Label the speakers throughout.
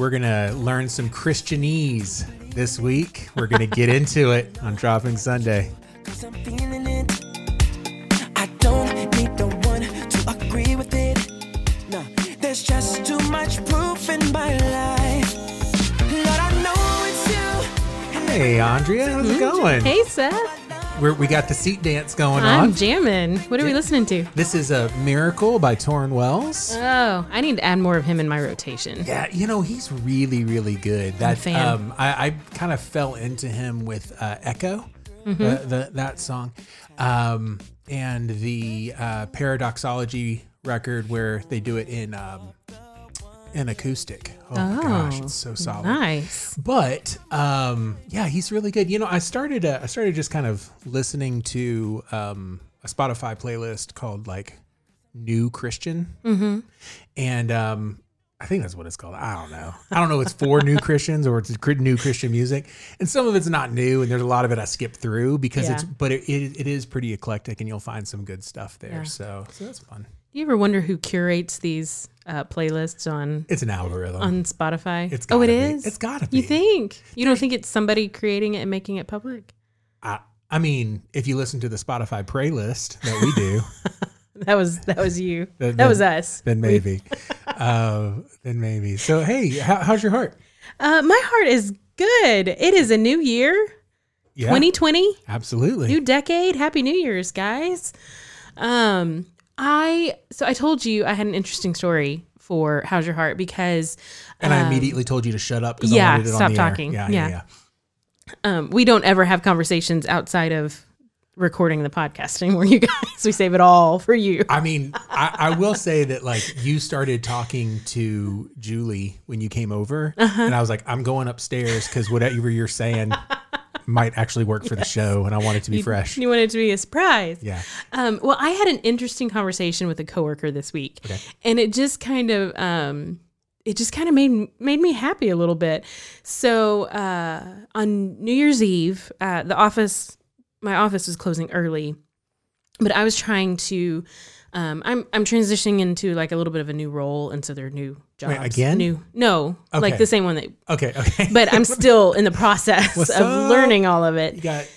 Speaker 1: we're gonna learn some Christianese this week. We're gonna get into it on Dropping Sunday.
Speaker 2: Cause I'm feeling it. I don't need the one to agree with it. No, there's just too much proof in my life. Lord, I know it's you. and
Speaker 1: Hey, Andrea, how's it going?
Speaker 3: Mm-hmm. Hey, Seth.
Speaker 1: We're, we got the seat dance going
Speaker 3: I'm
Speaker 1: on.
Speaker 3: jamming. What are we listening to?
Speaker 1: this is a miracle by Torrin Wells.
Speaker 3: Oh, I need to add more of him in my rotation.
Speaker 1: Yeah, you know he's really, really good. That
Speaker 3: fan.
Speaker 1: um, I, I kind of fell into him with uh, Echo,
Speaker 3: Mm-hmm.
Speaker 1: the, the, that song, um, and the uh, Paradoxology record where they do it in um, an acoustic. Oh, my gosh, it's so solid.
Speaker 3: Nice.
Speaker 1: But um, yeah, he's really good. You know, I started uh, I started just kind of listening to um, a Spotify playlist called like New Christian, mm-hmm. and um, I think that's what it's called. I don't know. I don't know. if It's for new Christians or it's cr- new Christian music, and some of it's not new, and there's a lot of it I skip through because it's
Speaker 3: Yeah.
Speaker 1: but it, it, it is pretty eclectic, and you'll find some good stuff there. So so that's fun.
Speaker 3: Do you ever wonder who curates these uh, playlists on
Speaker 1: It's an algorithm.
Speaker 3: on Spotify?
Speaker 1: It's
Speaker 3: oh, it
Speaker 1: gotta be.
Speaker 3: is?
Speaker 1: It's gotta be.
Speaker 3: You think? You don't think it's somebody creating it and making it public?
Speaker 1: I, I mean, if you listen to the Spotify playlist that we do.
Speaker 3: That was that was you.
Speaker 1: Then-
Speaker 3: that was
Speaker 1: then-
Speaker 3: us.
Speaker 1: then maybe uh, then maybe so hey how, how's your heart
Speaker 3: Uh, my heart is good. It is a new year,
Speaker 1: yeah
Speaker 3: 2020.
Speaker 1: absolutely
Speaker 3: new decade happy new year's guys um i so i told you i had an interesting story for how's your heart because
Speaker 1: and i immediately told you to shut up because i
Speaker 3: um, yeah,
Speaker 1: wanted it
Speaker 3: stop
Speaker 1: on the
Speaker 3: talking.
Speaker 1: air.
Speaker 3: Yeah. um we don't ever have conversations outside of recording the podcast anymore you guys we save it all for you
Speaker 1: i mean I, I will say that like you started talking to julie when you came over
Speaker 3: Uh-huh.
Speaker 1: and i was like i'm going upstairs because whatever you're saying might actually work for the show and i want it to be fresh
Speaker 3: you want it to be a surprise
Speaker 1: yeah
Speaker 3: Um, well, I had an interesting conversation with a coworker this week, and it just kind of um, it just kind of made made me happy a little bit. So uh, on New Year's Eve, uh, the office my office was closing early, but I was trying to. Um, I'm I'm transitioning into like a little bit of a new role, and so there are new jobs
Speaker 1: again?
Speaker 3: New no, like
Speaker 1: Okay.
Speaker 3: the same one that.
Speaker 1: okay okay
Speaker 3: But I'm still in the process of
Speaker 1: up?
Speaker 3: learning all of it.
Speaker 1: you got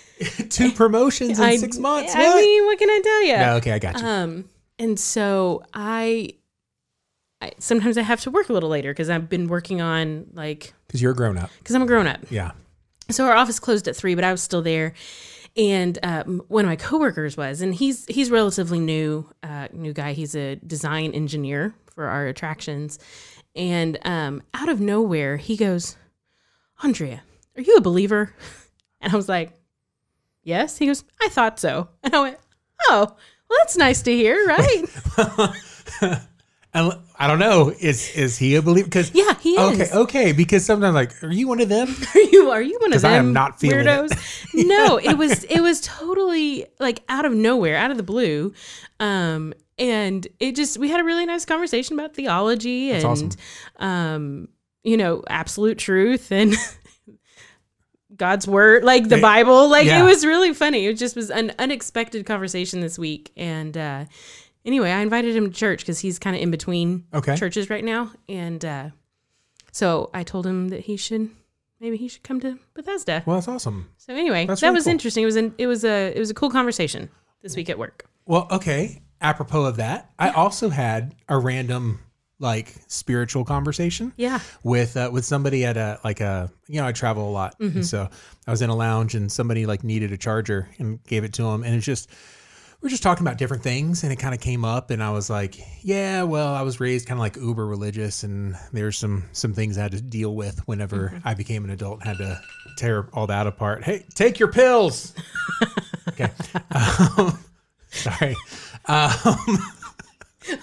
Speaker 1: two promotions in
Speaker 3: I-
Speaker 1: six months
Speaker 3: I
Speaker 1: What?
Speaker 3: mean, what can I tell you?
Speaker 1: no, okay i got you
Speaker 3: Um, and so I, I sometimes I have to work a little later because I've been working on like
Speaker 1: because you're a grown up
Speaker 3: because I'm a grown up.
Speaker 1: yeah
Speaker 3: So our office closed at three, but I was still there, and um, one of my coworkers was, and he's he's relatively new, uh, new guy. He's a design engineer for our attractions, and um, out of nowhere he goes, Andrea, are you a believer? And I was like, Yes. He goes, I thought so, and I went, Oh. Well, that's nice to hear, right?
Speaker 1: I I don't know. Is is he a believer? Because
Speaker 3: Yeah, he
Speaker 1: Okay,
Speaker 3: is.
Speaker 1: okay. Because sometimes like, are you one of them?
Speaker 3: are you are you one of
Speaker 1: 'Cause
Speaker 3: them
Speaker 1: I am not feeling it.
Speaker 3: weirdos? no, it was it was totally like out of nowhere, out of the blue. Um and it just we had a really nice conversation about theology and
Speaker 1: awesome.
Speaker 3: um you know, absolute truth and God's word, like the Bible. Like
Speaker 1: yeah.
Speaker 3: it was really funny. It just was an unexpected conversation this week and uh anyway, I invited him to church cuz he's kind of in between
Speaker 1: Okay.
Speaker 3: churches right now and uh so I told him that he should maybe he should come to Bethesda.
Speaker 1: Well, that's awesome.
Speaker 3: So anyway,
Speaker 1: That's
Speaker 3: that
Speaker 1: really
Speaker 3: was
Speaker 1: cool.
Speaker 3: interesting. It was an, it was a it was a cool conversation this week at work.
Speaker 1: Well, okay. Apropos of that, I also had a random like spiritual conversation.
Speaker 3: Yeah.
Speaker 1: With uh, with somebody at a like a you know I travel a lot, and so I was in a lounge and somebody like needed a charger and gave it to him, and it's just we are just talking about different things and it kind of came up and I was like, yeah, well, I was raised kind of like uber religious and there's some some things I had to deal with whenever I became an adult and had to tear all that apart. Hey, take your pills. okay. Um, sorry.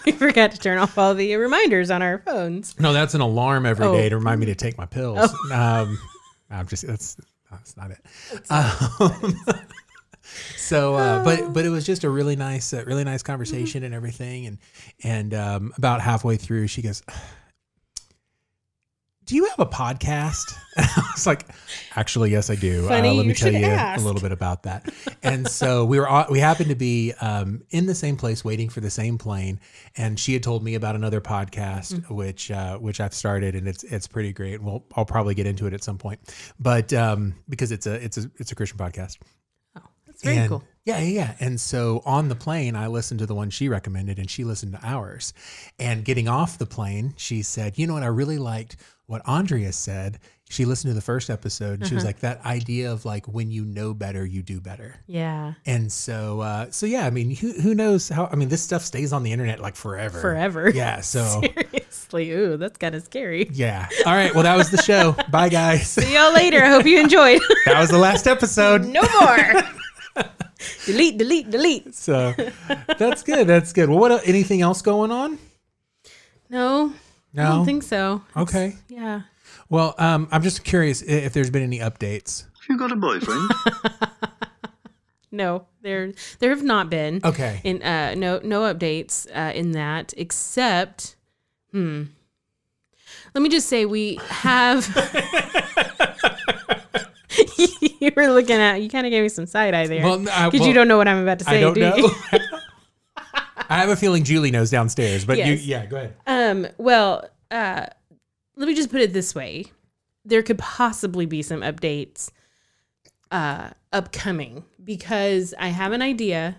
Speaker 3: We forgot to turn off all the reminders on our phones.
Speaker 1: No, that's an alarm every day
Speaker 3: Oh.
Speaker 1: to remind me to take my pills. Um, I'm just that's that's not it. Um, so, uh, but but it was just a really nice, uh, really nice conversation and everything. And and um, about halfway through, she goes, do you have a podcast? And I was like, actually, yes, I do. Uh,
Speaker 3: Funny
Speaker 1: let me
Speaker 3: you
Speaker 1: tell
Speaker 3: should
Speaker 1: you
Speaker 3: ask.
Speaker 1: a little bit about that. And so we were, on- we happened to be um, in the same place waiting for the same plane. And she had told me about another podcast,
Speaker 3: Mm.
Speaker 1: which, uh, which I've started and it's, it's pretty great. We'll, I'll probably get into it at some point, but um, because it's a, it's a, it's a Christian podcast.
Speaker 3: It's very
Speaker 1: And-
Speaker 3: cool.
Speaker 1: Yeah, yeah, yeah. And so on the plane, I listened to the one she recommended and she listened to ours. And getting off the plane, she said, You know what? I really liked what Andrea said. She listened to the first episode and she
Speaker 3: Mm-hmm.
Speaker 1: was like, That idea of like when you know better, you do better.
Speaker 3: Yeah.
Speaker 1: And so, uh, so yeah, I mean, who, who knows how? I mean, this stuff stays on the internet like forever.
Speaker 3: Forever.
Speaker 1: Yeah. So,
Speaker 3: Seriously. Ooh, that's kind of scary.
Speaker 1: yeah. All right. Well, that was the show. Bye, guys.
Speaker 3: See y'all later. I hope you enjoyed.
Speaker 1: That was the last episode.
Speaker 3: no more. delete, delete, delete.
Speaker 1: So that's good. That's good. Well, what anything else going on?
Speaker 3: No,
Speaker 1: No.
Speaker 3: I don't think so.
Speaker 1: Okay.
Speaker 3: Yeah.
Speaker 1: Well, um, I'm just curious i- if there's been any updates.
Speaker 4: You got a boyfriend?
Speaker 3: No, there there have not been.
Speaker 1: Okay.
Speaker 3: And uh, no no updates uh, in that except hmm. Let me just say we have you were looking at you kind of gave me some side eye there
Speaker 1: Well,
Speaker 3: because
Speaker 1: no, I- well,
Speaker 3: you don't know what I'm about to say.
Speaker 1: I don't
Speaker 3: do
Speaker 1: know.
Speaker 3: You?
Speaker 1: I have a feeling Julie knows downstairs, but
Speaker 3: Yes.
Speaker 1: you, yeah, go ahead.
Speaker 3: Um, well, uh, let me just put it this way: there could possibly be some updates uh, upcoming because I have an idea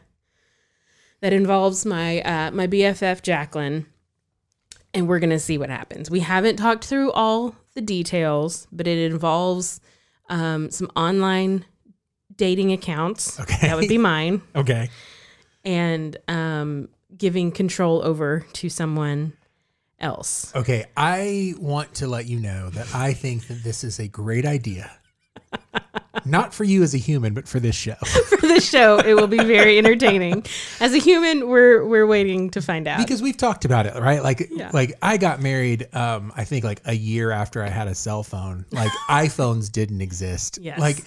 Speaker 3: that involves my uh, my BFF Jacqueline, and we're gonna see what happens. We haven't talked through all the details, but it involves um, some online dating accounts.
Speaker 1: Okay.
Speaker 3: that would be mine
Speaker 1: Okay.
Speaker 3: and um, giving control over to someone else.
Speaker 1: Okay. I want to let you know that I think that this is a great idea. Not for you as a human, but for this show.
Speaker 3: For the show, it will be very entertaining. As a human, we're we're waiting to find out.
Speaker 1: Because we've talked about it, right? Like
Speaker 3: Yeah.
Speaker 1: like I got married um I think like a year after I had a cell phone. Like iPhones didn't exist.
Speaker 3: Yes.
Speaker 1: Like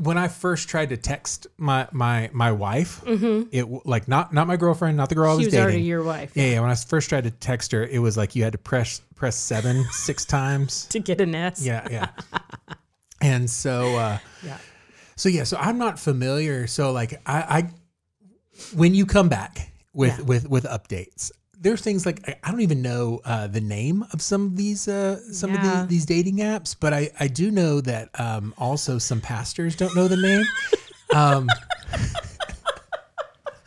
Speaker 1: when I first tried to text my my my wife, it w- like not not my girlfriend, not the girl I
Speaker 3: Mm-hmm. she
Speaker 1: was,
Speaker 3: was
Speaker 1: dating.
Speaker 3: already your wife
Speaker 1: yeah, yeah. When I first tried to text her, it was like you had to press press seven six times.
Speaker 3: to get an S.
Speaker 1: Yeah, yeah. and so, uh,
Speaker 3: Yeah.
Speaker 1: so yeah, so I'm not familiar. So like I, I when you come back with
Speaker 3: Yeah.
Speaker 1: with with updates, there's things like I- I don't even know uh, the name of some of these uh, some
Speaker 3: Yeah.
Speaker 1: of these, these dating apps, but I I do know that um, also some pastors don't know the name. um,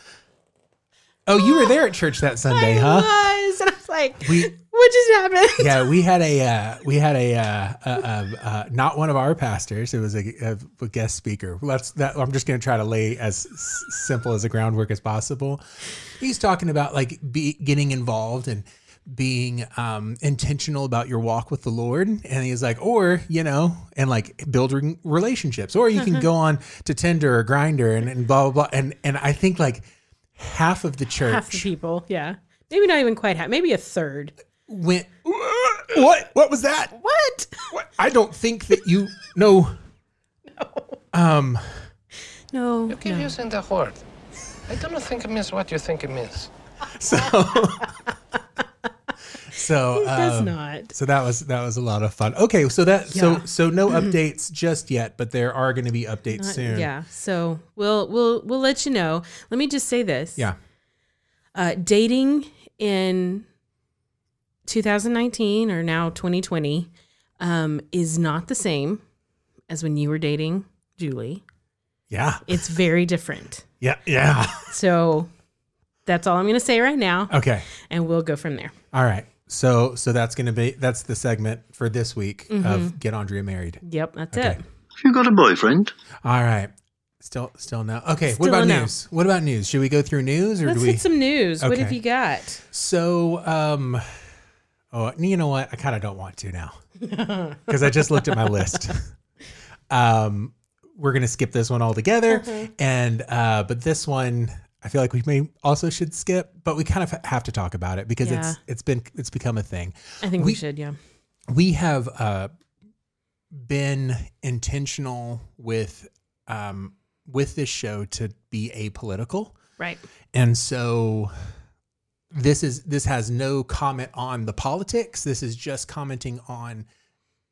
Speaker 1: oh, you were there at church that Sunday,
Speaker 3: I
Speaker 1: huh?
Speaker 3: was, and I was like,
Speaker 1: We-
Speaker 3: "What just happened?"
Speaker 1: yeah, we had a uh, we had a, uh, a, a, a not one of our pastors. It was a, a guest speaker. Let's. That, I'm just going to try to lay as s- simple as the groundwork as possible. He's talking about like be, getting involved and being um, intentional about your walk with the Lord, and he's like, or you know, and like building relationships, or you can go on to Tinder or Grinder and, and blah blah blah. And and I think like half of the church
Speaker 3: Half the people. Yeah, maybe not even quite half. Maybe a third.
Speaker 1: went. What? What was that?
Speaker 3: What?
Speaker 1: What? I don't think that you know.
Speaker 3: No.
Speaker 5: Keep using the word. I don't think it means what you think it means.
Speaker 1: So, so
Speaker 3: Does
Speaker 1: um,
Speaker 3: not.
Speaker 1: so that was that was a lot of fun. Okay, so that
Speaker 3: Yeah.
Speaker 1: so so no updates just yet, but there are going to be updates soon.
Speaker 3: Yeah. So we'll we'll we'll let you know. Let me just say this.
Speaker 1: yeah.
Speaker 3: uh, dating in 2019 or now 2020 um, is not the same as when you were dating Julie.
Speaker 1: Yeah.
Speaker 3: It's very different.
Speaker 1: Yeah. Yeah.
Speaker 3: So that's all I'm going to say right now,
Speaker 1: Okay.
Speaker 3: and we'll go from there.
Speaker 1: All right. So so that's going to be that's the segment for this week
Speaker 3: Mm-hmm.
Speaker 1: of get Andrea married.
Speaker 3: Yep, that's
Speaker 1: Okay.
Speaker 3: it.
Speaker 4: You got a boyfriend?
Speaker 1: All right. Still still no. Okay.
Speaker 3: Still
Speaker 1: what about
Speaker 3: a no.
Speaker 1: news? What about news? Should we go through news or
Speaker 3: Let's
Speaker 1: do we?
Speaker 3: hit some news. What have
Speaker 1: Okay.
Speaker 3: you got?
Speaker 1: So, um, oh, you know what? I kind of don't want to now because I just looked at my list. Um, we're gonna skip this one altogether, and uh, but this one I feel like we may also should skip, but we kind of have to talk about it because it's
Speaker 3: Yeah.
Speaker 1: it's been it's become a thing.
Speaker 3: I think we,
Speaker 1: We-
Speaker 3: should, yeah.
Speaker 1: We have uh, been intentional with um, with this show to be apolitical.
Speaker 3: Right.
Speaker 1: And so this is this has no comment on the politics. This is just commenting on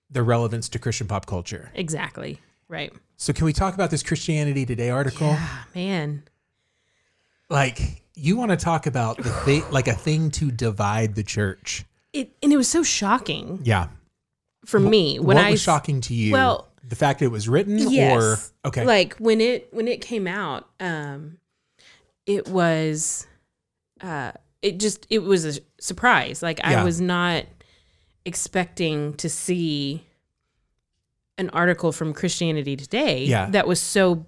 Speaker 1: the relevance to Christian pop culture.
Speaker 3: Exactly. Right.
Speaker 1: So can we talk about this Christianity Today article?
Speaker 3: Ah, man.
Speaker 1: Like you want to talk about the thing, like a thing to divide the church.
Speaker 3: It and it was so shocking
Speaker 1: Yeah.
Speaker 3: for me when
Speaker 1: what
Speaker 3: I
Speaker 1: was
Speaker 3: s-
Speaker 1: shocking to you?
Speaker 3: well-
Speaker 1: the fact that it was written
Speaker 3: Yes.
Speaker 1: or okay.
Speaker 3: Like when it when it came out, um it was uh it just it was a surprise. Like I
Speaker 1: Yeah.
Speaker 3: was not expecting to see an article from Christianity Today
Speaker 1: Yeah.
Speaker 3: that was so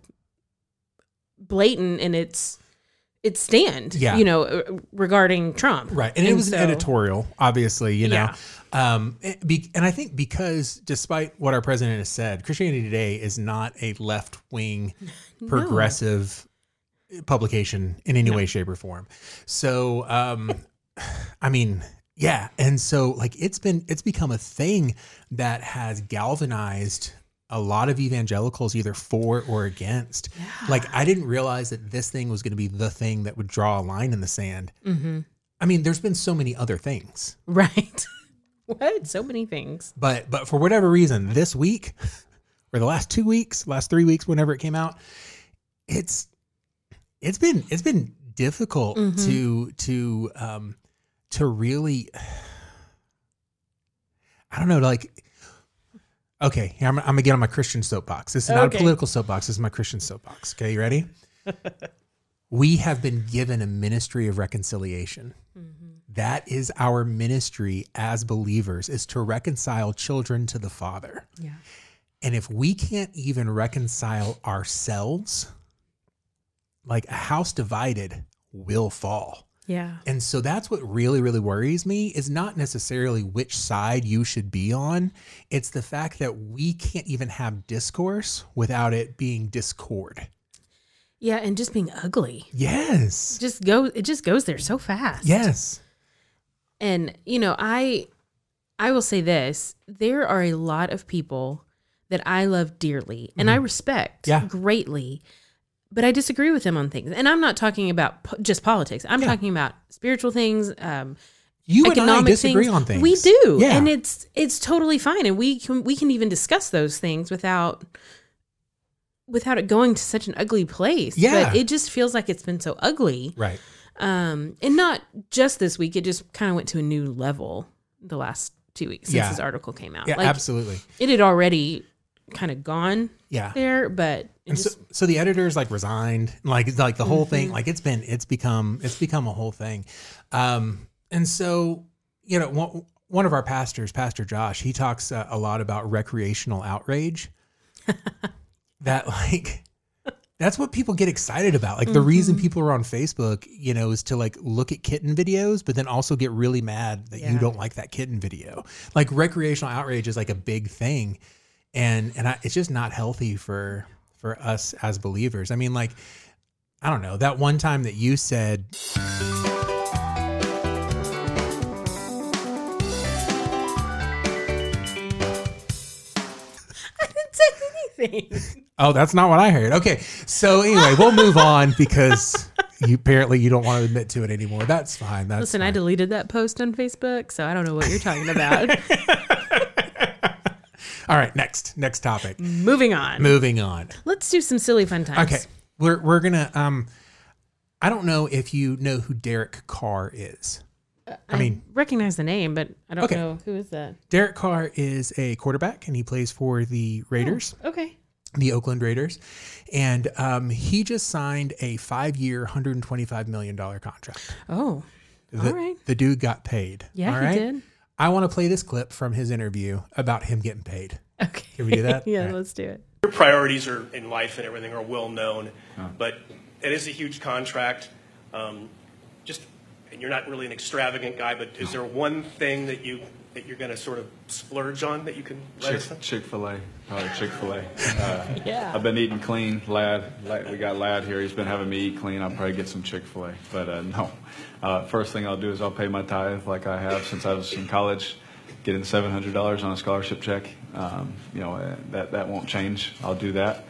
Speaker 3: blatant in its its stand,
Speaker 1: Yeah.
Speaker 3: you know, uh, regarding Trump.
Speaker 1: Right. And, it
Speaker 3: And
Speaker 1: was
Speaker 3: so-
Speaker 1: an editorial, obviously, you know. Um, it be, and I think because despite what our president has said, Christianity Today is not a left wing, progressive publication in any way, shape, or form. So, um, I mean, yeah. And so, like, it's been, it's become a thing that has galvanized a lot of evangelicals either for or against. Like, I didn't realize that this thing was going to be the thing that would draw a line in the sand.
Speaker 3: Mm-hmm.
Speaker 1: I mean, there's been so many other things,
Speaker 3: Right. what? So many things.
Speaker 1: but but for whatever reason, this week or the last two weeks, last three weeks, whenever it came out, it's it's been it's been difficult
Speaker 3: Mhm.
Speaker 1: to to um to really I don't know like okay here, I'm I'm gonna get on my Christian soapbox. This is not
Speaker 3: Okay.
Speaker 1: a political soapbox. This is my Christian soapbox. Okay, you ready? we have been given a ministry of reconciliation. That is our ministry as believers is to reconcile children to the Father.
Speaker 3: Yeah.
Speaker 1: And if we can't even reconcile ourselves, like a house divided will fall.
Speaker 3: Yeah.
Speaker 1: And so that's what really, really worries me is not necessarily which side you should be on. It's the fact that we can't even have discourse without it being discord.
Speaker 3: Yeah, and just being ugly.
Speaker 1: Yes.
Speaker 3: Just go it just goes there so fast.
Speaker 1: Yes.
Speaker 3: And you know, I I will say this, there are a lot of people that I love dearly and I respect
Speaker 1: Mm-hmm. Yeah.
Speaker 3: greatly, but I disagree with them on things. And I'm not talking about po- just politics. I'm
Speaker 1: Yeah.
Speaker 3: talking about spiritual things, um
Speaker 1: You and I
Speaker 3: economic
Speaker 1: disagree
Speaker 3: things.
Speaker 1: on things.
Speaker 3: We do.
Speaker 1: Yeah.
Speaker 3: And it's it's totally fine and we can we can even discuss those things without without it going to such an ugly place.
Speaker 1: Yeah.
Speaker 3: But it just feels like it's been so ugly.
Speaker 1: right.
Speaker 3: Um and not just this week, it just kind of went to a new level the last 2 weeks since
Speaker 1: Yeah.
Speaker 3: this article came out.
Speaker 1: Yeah,
Speaker 3: like
Speaker 1: absolutely.
Speaker 3: it had already kind of gone
Speaker 1: Yeah.
Speaker 3: there, but it
Speaker 1: And
Speaker 3: just
Speaker 1: so, so the editors like resigned, like it's like the whole thing, like it's been, it's become, it's become a whole thing. Um, and so, you know, one, one of our pastors, Pastor Josh, he talks uh, a lot about recreational outrage. that like, that's what people get excited about. Like the reason
Speaker 3: Mm-hmm.
Speaker 1: people are on Facebook, you know, is to like look at kitten videos, but then also get really mad that you
Speaker 3: Yeah.
Speaker 1: don't like that kitten video. Like recreational outrage is like a big thing and and I, it's just not healthy for for us as believers. I mean, like I don't know that one time that you said,
Speaker 3: I didn't say anything.
Speaker 1: "Oh, that's not what I heard." Okay, so anyway, we'll move on because you apparently you don't want to admit to it anymore. That's fine. That's
Speaker 3: Listen, I
Speaker 1: fine.
Speaker 3: deleted that post on Facebook, so I don't know what you're talking about.
Speaker 1: All right, next next topic.
Speaker 3: Moving on.
Speaker 1: Moving on.
Speaker 3: Let's do some silly fun times.
Speaker 1: Okay, we're we're gonna um. I don't know if you know who Derek Carr is. I mean,
Speaker 3: recognize the name, but I don't
Speaker 1: Okay.
Speaker 3: know who is that.
Speaker 1: Derek Carr is a quarterback and he plays for the Raiders.
Speaker 3: Okay.
Speaker 1: the Oakland Raiders, and um, he just signed a five-year, hundred and twenty-five million dollar contract.
Speaker 3: Oh,
Speaker 1: The,
Speaker 3: all right.
Speaker 1: the dude got paid.
Speaker 3: Yeah,
Speaker 1: all
Speaker 3: he
Speaker 1: right?
Speaker 3: did.
Speaker 1: I want to play this clip from his interview about him getting paid.
Speaker 3: Okay.
Speaker 1: Can we do that?
Speaker 3: yeah,
Speaker 1: All right.
Speaker 3: let's do it.
Speaker 6: Your priorities are in life and everything are well known, but it is a huge contract. Um, just, and you're not really an extravagant guy, but is there one thing that you that you're going to sort of splurge on that you can let us know?
Speaker 7: Chick Fil A, probably Chick Fil A.
Speaker 3: Yeah.
Speaker 7: I've been eating clean, lad. Lad- We got lad here. He's been having me eat clean. I'll probably get some Chick Fil A, but uh, no. Uh, first thing I'll do is I'll pay my tithe like I have since I was in college, getting seven hundred dollars on a scholarship check. Um, you know uh, that that won't change. I'll do that.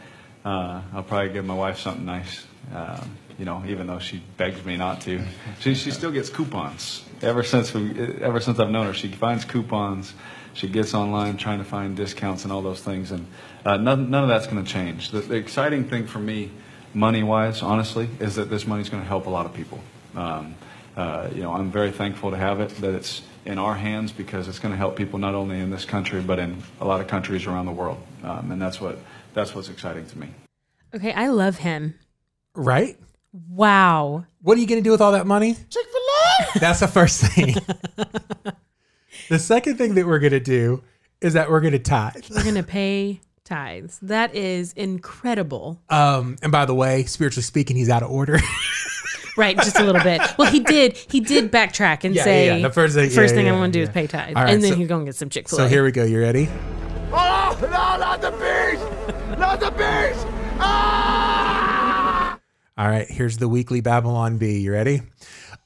Speaker 7: Uh, I'll probably give my wife something nice. Um, you know, even though she begged me not to. She, she still gets coupons. Ever since we, ever since I've known her, she finds coupons. She gets online trying to find discounts and all those things, and uh, none, none of that's going to change. The, the exciting thing for me, money wise, honestly, is that this money's going to help a lot of people. Um, uh, you know, I'm very thankful to have it, that it's in our hands because it's going to help people not only in this country but in a lot of countries around the world, um, and that's what that's what's exciting to me.
Speaker 3: Okay, I love him.
Speaker 1: Right?
Speaker 3: Wow.
Speaker 1: What are you going to do with all that money? Chick fil A! That's the first thing. the second thing that we're going to do is that we're going to tithe.
Speaker 3: We're going to pay tithes. That is incredible.
Speaker 1: Um, and by the way, spiritually speaking, he's out of order.
Speaker 3: Right, just a little bit. Well, he did. He did backtrack and
Speaker 1: Yeah, yeah,
Speaker 3: say
Speaker 1: yeah. The first thing- yeah,
Speaker 3: first thing
Speaker 1: yeah,
Speaker 3: I want to do
Speaker 1: yeah.
Speaker 3: is pay tithes,
Speaker 1: All right,
Speaker 3: and then
Speaker 1: so-
Speaker 3: you're gonna get some Chick Fil A.
Speaker 1: so here we go. You ready?
Speaker 8: Oh, no, not the beast! Not the beast!
Speaker 1: All right, here's the weekly Babylon B. You ready?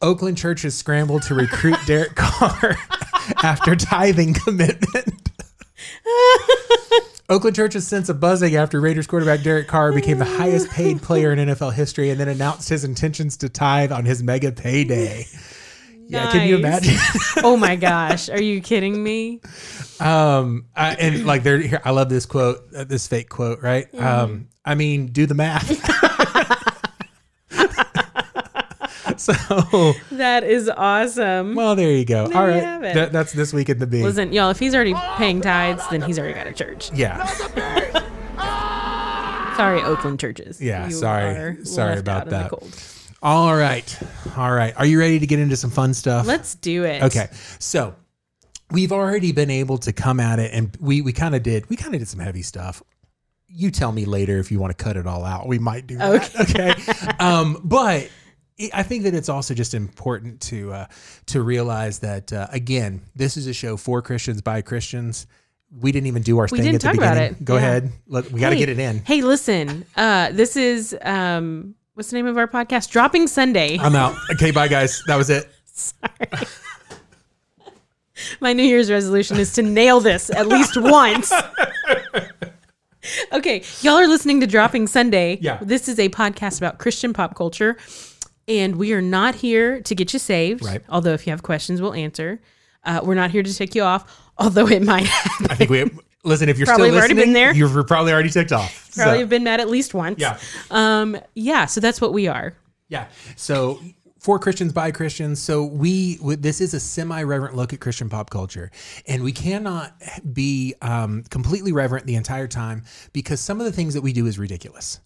Speaker 1: Oakland Church has scrambled to recruit Derek Carr after tithing commitment. Oakland Church has since a buzzing after Raiders quarterback Derek Carr became the highest paid player in NFL history and then announced his intentions to tithe on his mega payday. Yeah, can you
Speaker 3: Nice.
Speaker 1: imagine?
Speaker 3: oh my gosh, are you kidding me?
Speaker 1: Um, I, and like there, here, I love this quote, uh, this fake quote, right? Um, I mean, do the math. so,
Speaker 3: That is awesome.
Speaker 1: well, there you go.
Speaker 3: There
Speaker 1: All
Speaker 3: you
Speaker 1: right,
Speaker 3: have it.
Speaker 1: That- that's this week at the B.
Speaker 3: Listen, y'all, if he's already paying tithes, then he's already got a church.
Speaker 1: yeah,
Speaker 3: Sorry, Oakland churches.
Speaker 1: Yeah, sorry.
Speaker 3: are
Speaker 1: Sorry
Speaker 3: left
Speaker 1: about
Speaker 3: out in the
Speaker 1: that.
Speaker 3: cold.
Speaker 1: all right, all right. Are you ready to get into some fun stuff?
Speaker 3: Let's do it.
Speaker 1: Okay, so we've already been able to come at it, and we we kind of did we kind of did some heavy stuff. You tell me later if you want to cut it all out. We might do that. Okay. um, but it- I think that it's also just important to uh, to realize that uh, again, this is a show for Christians by Christians. We didn't even do our
Speaker 3: We
Speaker 1: thing
Speaker 3: didn't
Speaker 1: at the
Speaker 3: talk
Speaker 1: beginning.
Speaker 3: about it.
Speaker 1: Go
Speaker 3: Yeah.
Speaker 1: ahead. Let, we got to
Speaker 3: Hey-
Speaker 1: get it in.
Speaker 3: Hey, listen. Uh, this is um, what's the name of our podcast? Dropping Sunday.
Speaker 1: I'm out. Okay, bye guys. That was it.
Speaker 3: My New Year's resolution is to nail this at least once. okay, y'all are listening to Dropping Sunday.
Speaker 1: Yeah.
Speaker 3: This is a podcast about Christian pop culture, and we are not here to get you saved.
Speaker 1: Right.
Speaker 3: Although, if you have questions, we'll answer. Uh, we're not here to take you off, although it might happen.
Speaker 1: I think we listen. If you're
Speaker 3: Probably
Speaker 1: still listening,
Speaker 3: have already been there.
Speaker 1: you've probably already ticked off. So-
Speaker 3: Probably have been mad at least once.
Speaker 1: Yeah.
Speaker 3: Um, yeah, so that's what we are.
Speaker 1: Yeah. So for Christians by Christians. So we w- this is a semi-reverent look at Christian pop culture, and we cannot be um, completely reverent the entire time because some of the things that we do is ridiculous.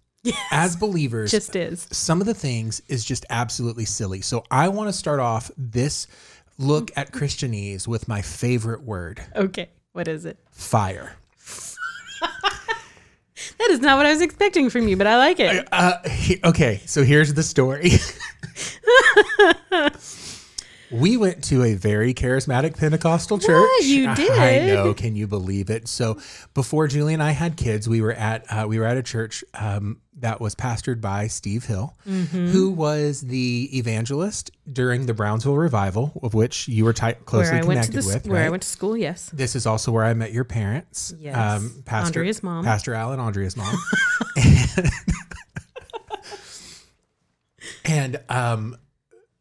Speaker 1: As believers,
Speaker 3: Just is.
Speaker 1: some of the things is just absolutely silly. So I want to start off this look at Christianese with my favorite word,
Speaker 3: Okay. What is it?
Speaker 1: fire.
Speaker 3: That is not what I was expecting from you, but I like it.
Speaker 1: Uh, he- okay, so here's the story. we went to a very charismatic Pentecostal church.
Speaker 3: you
Speaker 1: I
Speaker 3: did.
Speaker 1: know. Can you believe it? So before Julie and I had kids, we were at uh, we were at a church um, that was pastored by Steve Hill,
Speaker 3: Mm-hmm.
Speaker 1: who was the evangelist during the Brownsville revival, of which you were tight closely
Speaker 3: Where I
Speaker 1: connected
Speaker 3: went to the, s-
Speaker 1: with.
Speaker 3: where I
Speaker 1: right?
Speaker 3: went to school, yes.
Speaker 1: this is also where I met your parents. Um,
Speaker 3: Yes.
Speaker 1: Pastor,
Speaker 3: Andrea's mom.
Speaker 1: Pastor Alan, Andrea's mom. and, and um,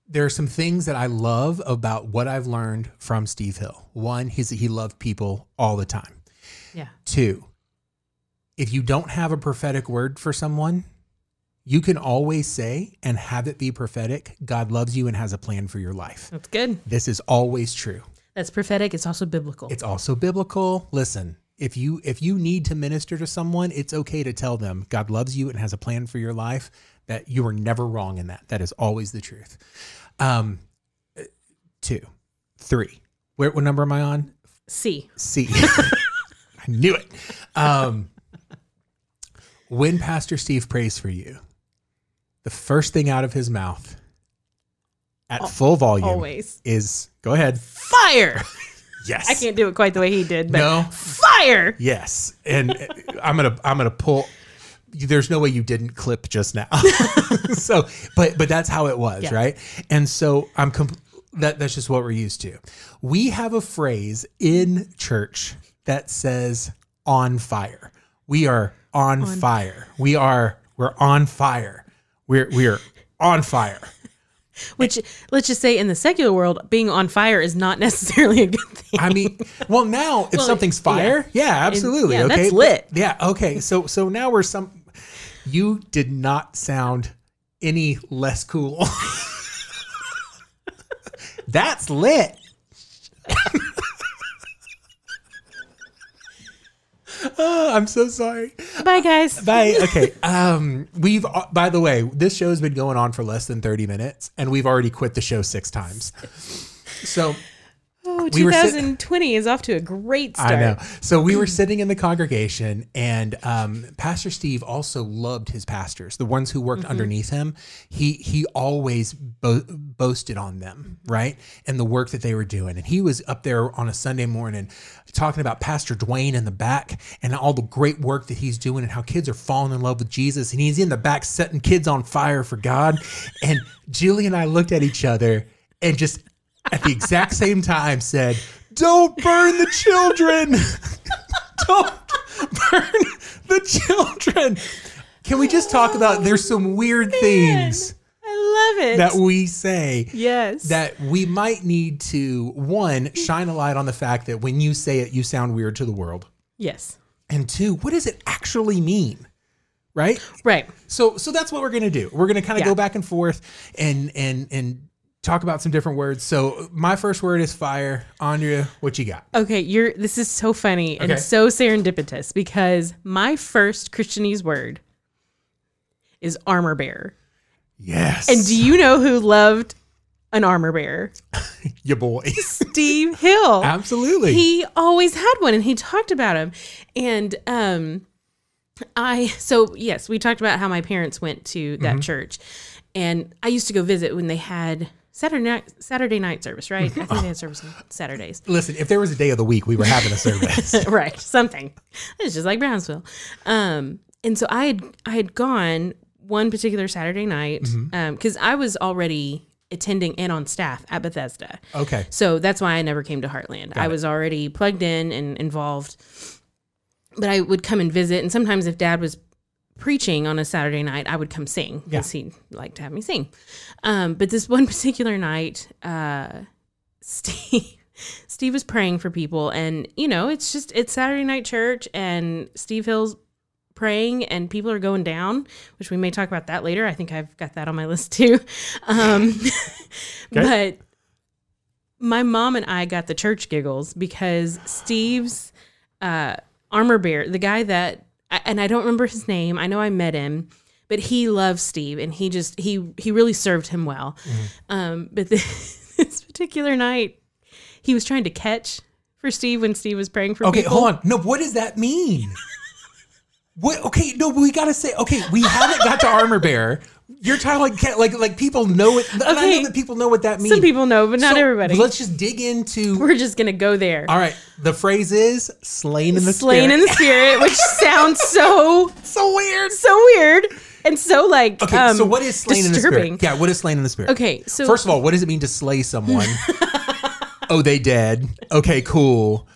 Speaker 1: there are some things that I love about what I've learned from Steve Hill. One, he's, he loved people all the time.
Speaker 3: Yeah.
Speaker 1: Two, if you don't have a prophetic word for someone, you can always say and have it be prophetic God loves you and has a plan for your life.
Speaker 3: That's good.
Speaker 1: This is always true.
Speaker 3: That's prophetic. It's also biblical.
Speaker 1: It's also biblical. Listen, if you if you need to minister to someone, it's okay to tell them God loves you and has a plan for your life. That you are never wrong in that. That is always the truth. Um, uh, two, three. Where what number am I on?
Speaker 3: C.
Speaker 1: C. I knew it. Um, when Pastor Steve prays for you, the first thing out of his mouth at full volume
Speaker 3: always.
Speaker 1: is go ahead.
Speaker 3: Fire.
Speaker 1: Yes.
Speaker 3: I can't do it quite the way he did, but
Speaker 1: No.
Speaker 3: fire.
Speaker 1: Yes, and uh, I'm gonna I'm gonna pull. There's no way you didn't clip just now. so, but but that's how it was,
Speaker 3: Yeah.
Speaker 1: right? And so I'm comp- that that's just what we're used to. We have a phrase in church that says "on fire." We are on, fire. We are we're on fire. We're we are on fire.
Speaker 3: Which, let's just say, in the secular world, being on fire is not necessarily a good thing.
Speaker 1: I mean, well, now if
Speaker 3: Well,
Speaker 1: something's fire, yeah, absolutely.
Speaker 3: yeah,
Speaker 1: okay,
Speaker 3: that's lit.
Speaker 1: Yeah, okay. So so now we're some. You did not sound any less cool. that's lit. Oh, I'm so sorry.
Speaker 3: Bye, guys.
Speaker 1: Bye. Okay. Um, we've by the way, this show's been going on for less than 30 minutes, and we've already quit the show six times. So
Speaker 3: Oh,
Speaker 1: We were sit-
Speaker 3: 2020 is off to a great start.
Speaker 1: I know. So we were sitting in the congregation, and um, Pastor Steve also loved his pastors, the ones who worked underneath him. He he always bo- boasted on them, right, and the work that they were doing. And he was up there on a Sunday morning talking about Pastor Dwayne in the back and all the great work that he's doing, and how kids are falling in love with Jesus, and he's in the back setting kids on fire for God. And Julie and I looked at each other and just at the exact same time said, "Don't burn the children. Don't burn the children." Can we just talk about there's some weird things
Speaker 3: I love it.
Speaker 1: that we say
Speaker 3: yes.
Speaker 1: that we might need to one shine a light on the fact that when you say it you sound weird to the world.
Speaker 3: yes.
Speaker 1: And two, what does it actually mean? Right?
Speaker 3: Right.
Speaker 1: So so that's what we're gonna do. We're gonna kind of
Speaker 3: Yeah.
Speaker 1: go back and forth and and and talk about some different words. So my first word is fire. Andrea, what you got?
Speaker 3: Okay, you're this is so funny
Speaker 1: Okay.
Speaker 3: and so serendipitous because my first Christianese word is armor bearer.
Speaker 1: Yes.
Speaker 3: And do you know who loved an armor bearer?
Speaker 1: your boy.
Speaker 3: Steve Hill.
Speaker 1: Absolutely.
Speaker 3: He always had one and he talked about him. And um I so yes, we talked about how my parents went to that church. And I used to go visit when they had Saturday night Saturday night service, right? I think they had service on Saturdays.
Speaker 1: Listen, if there was a day of the week we were having a service.
Speaker 3: right something it's just like brownsville um and so i had i had gone one particular saturday night um because i was already attending and on staff at bethesda
Speaker 1: Okay.
Speaker 3: so that's why i never came to heartland i was already plugged in and involved but i would come and visit and sometimes if dad was preaching on a saturday night i would come sing because he liked to have me sing um, but this one particular night uh, steve Steve was praying for people, and you know, it's just it's Saturday night church, and Steve Hill's praying, and people are going down, which we may talk about that later. I think I've got that on my list too. Um, But my mom and I got the church giggles because Steve's uh, armor bearer, the guy that, I- and I don't remember his name. I know I met him. But he loves Steve, and he just he he really served him well.
Speaker 1: Mm-hmm.
Speaker 3: Um, but this, this particular night, he was trying to catch for Steve when Steve was praying for
Speaker 1: Okay,
Speaker 3: people.
Speaker 1: hold on. No, what does that mean? What? Okay, no, but we gotta say. Okay, we haven't got to armor bearer. You're talking like ca- like like people know it. and I
Speaker 3: Okay.
Speaker 1: know that people know what that means.
Speaker 3: Some people know, but not
Speaker 1: So,
Speaker 3: everybody.
Speaker 1: Let's just dig into
Speaker 3: We're just gonna go there.
Speaker 1: All right. The phrase is slain in the
Speaker 3: Slain
Speaker 1: spirit.
Speaker 3: in the spirit, which sounds so
Speaker 1: so weird.
Speaker 3: so weird and so like
Speaker 1: Okay,
Speaker 3: um,
Speaker 1: so what is slain in
Speaker 3: disturbing.
Speaker 1: the spirit? Yeah, what is slain in the spirit?
Speaker 3: Okay, so-
Speaker 1: first of all, what does it mean to slay someone? oh, they dead. Okay, cool.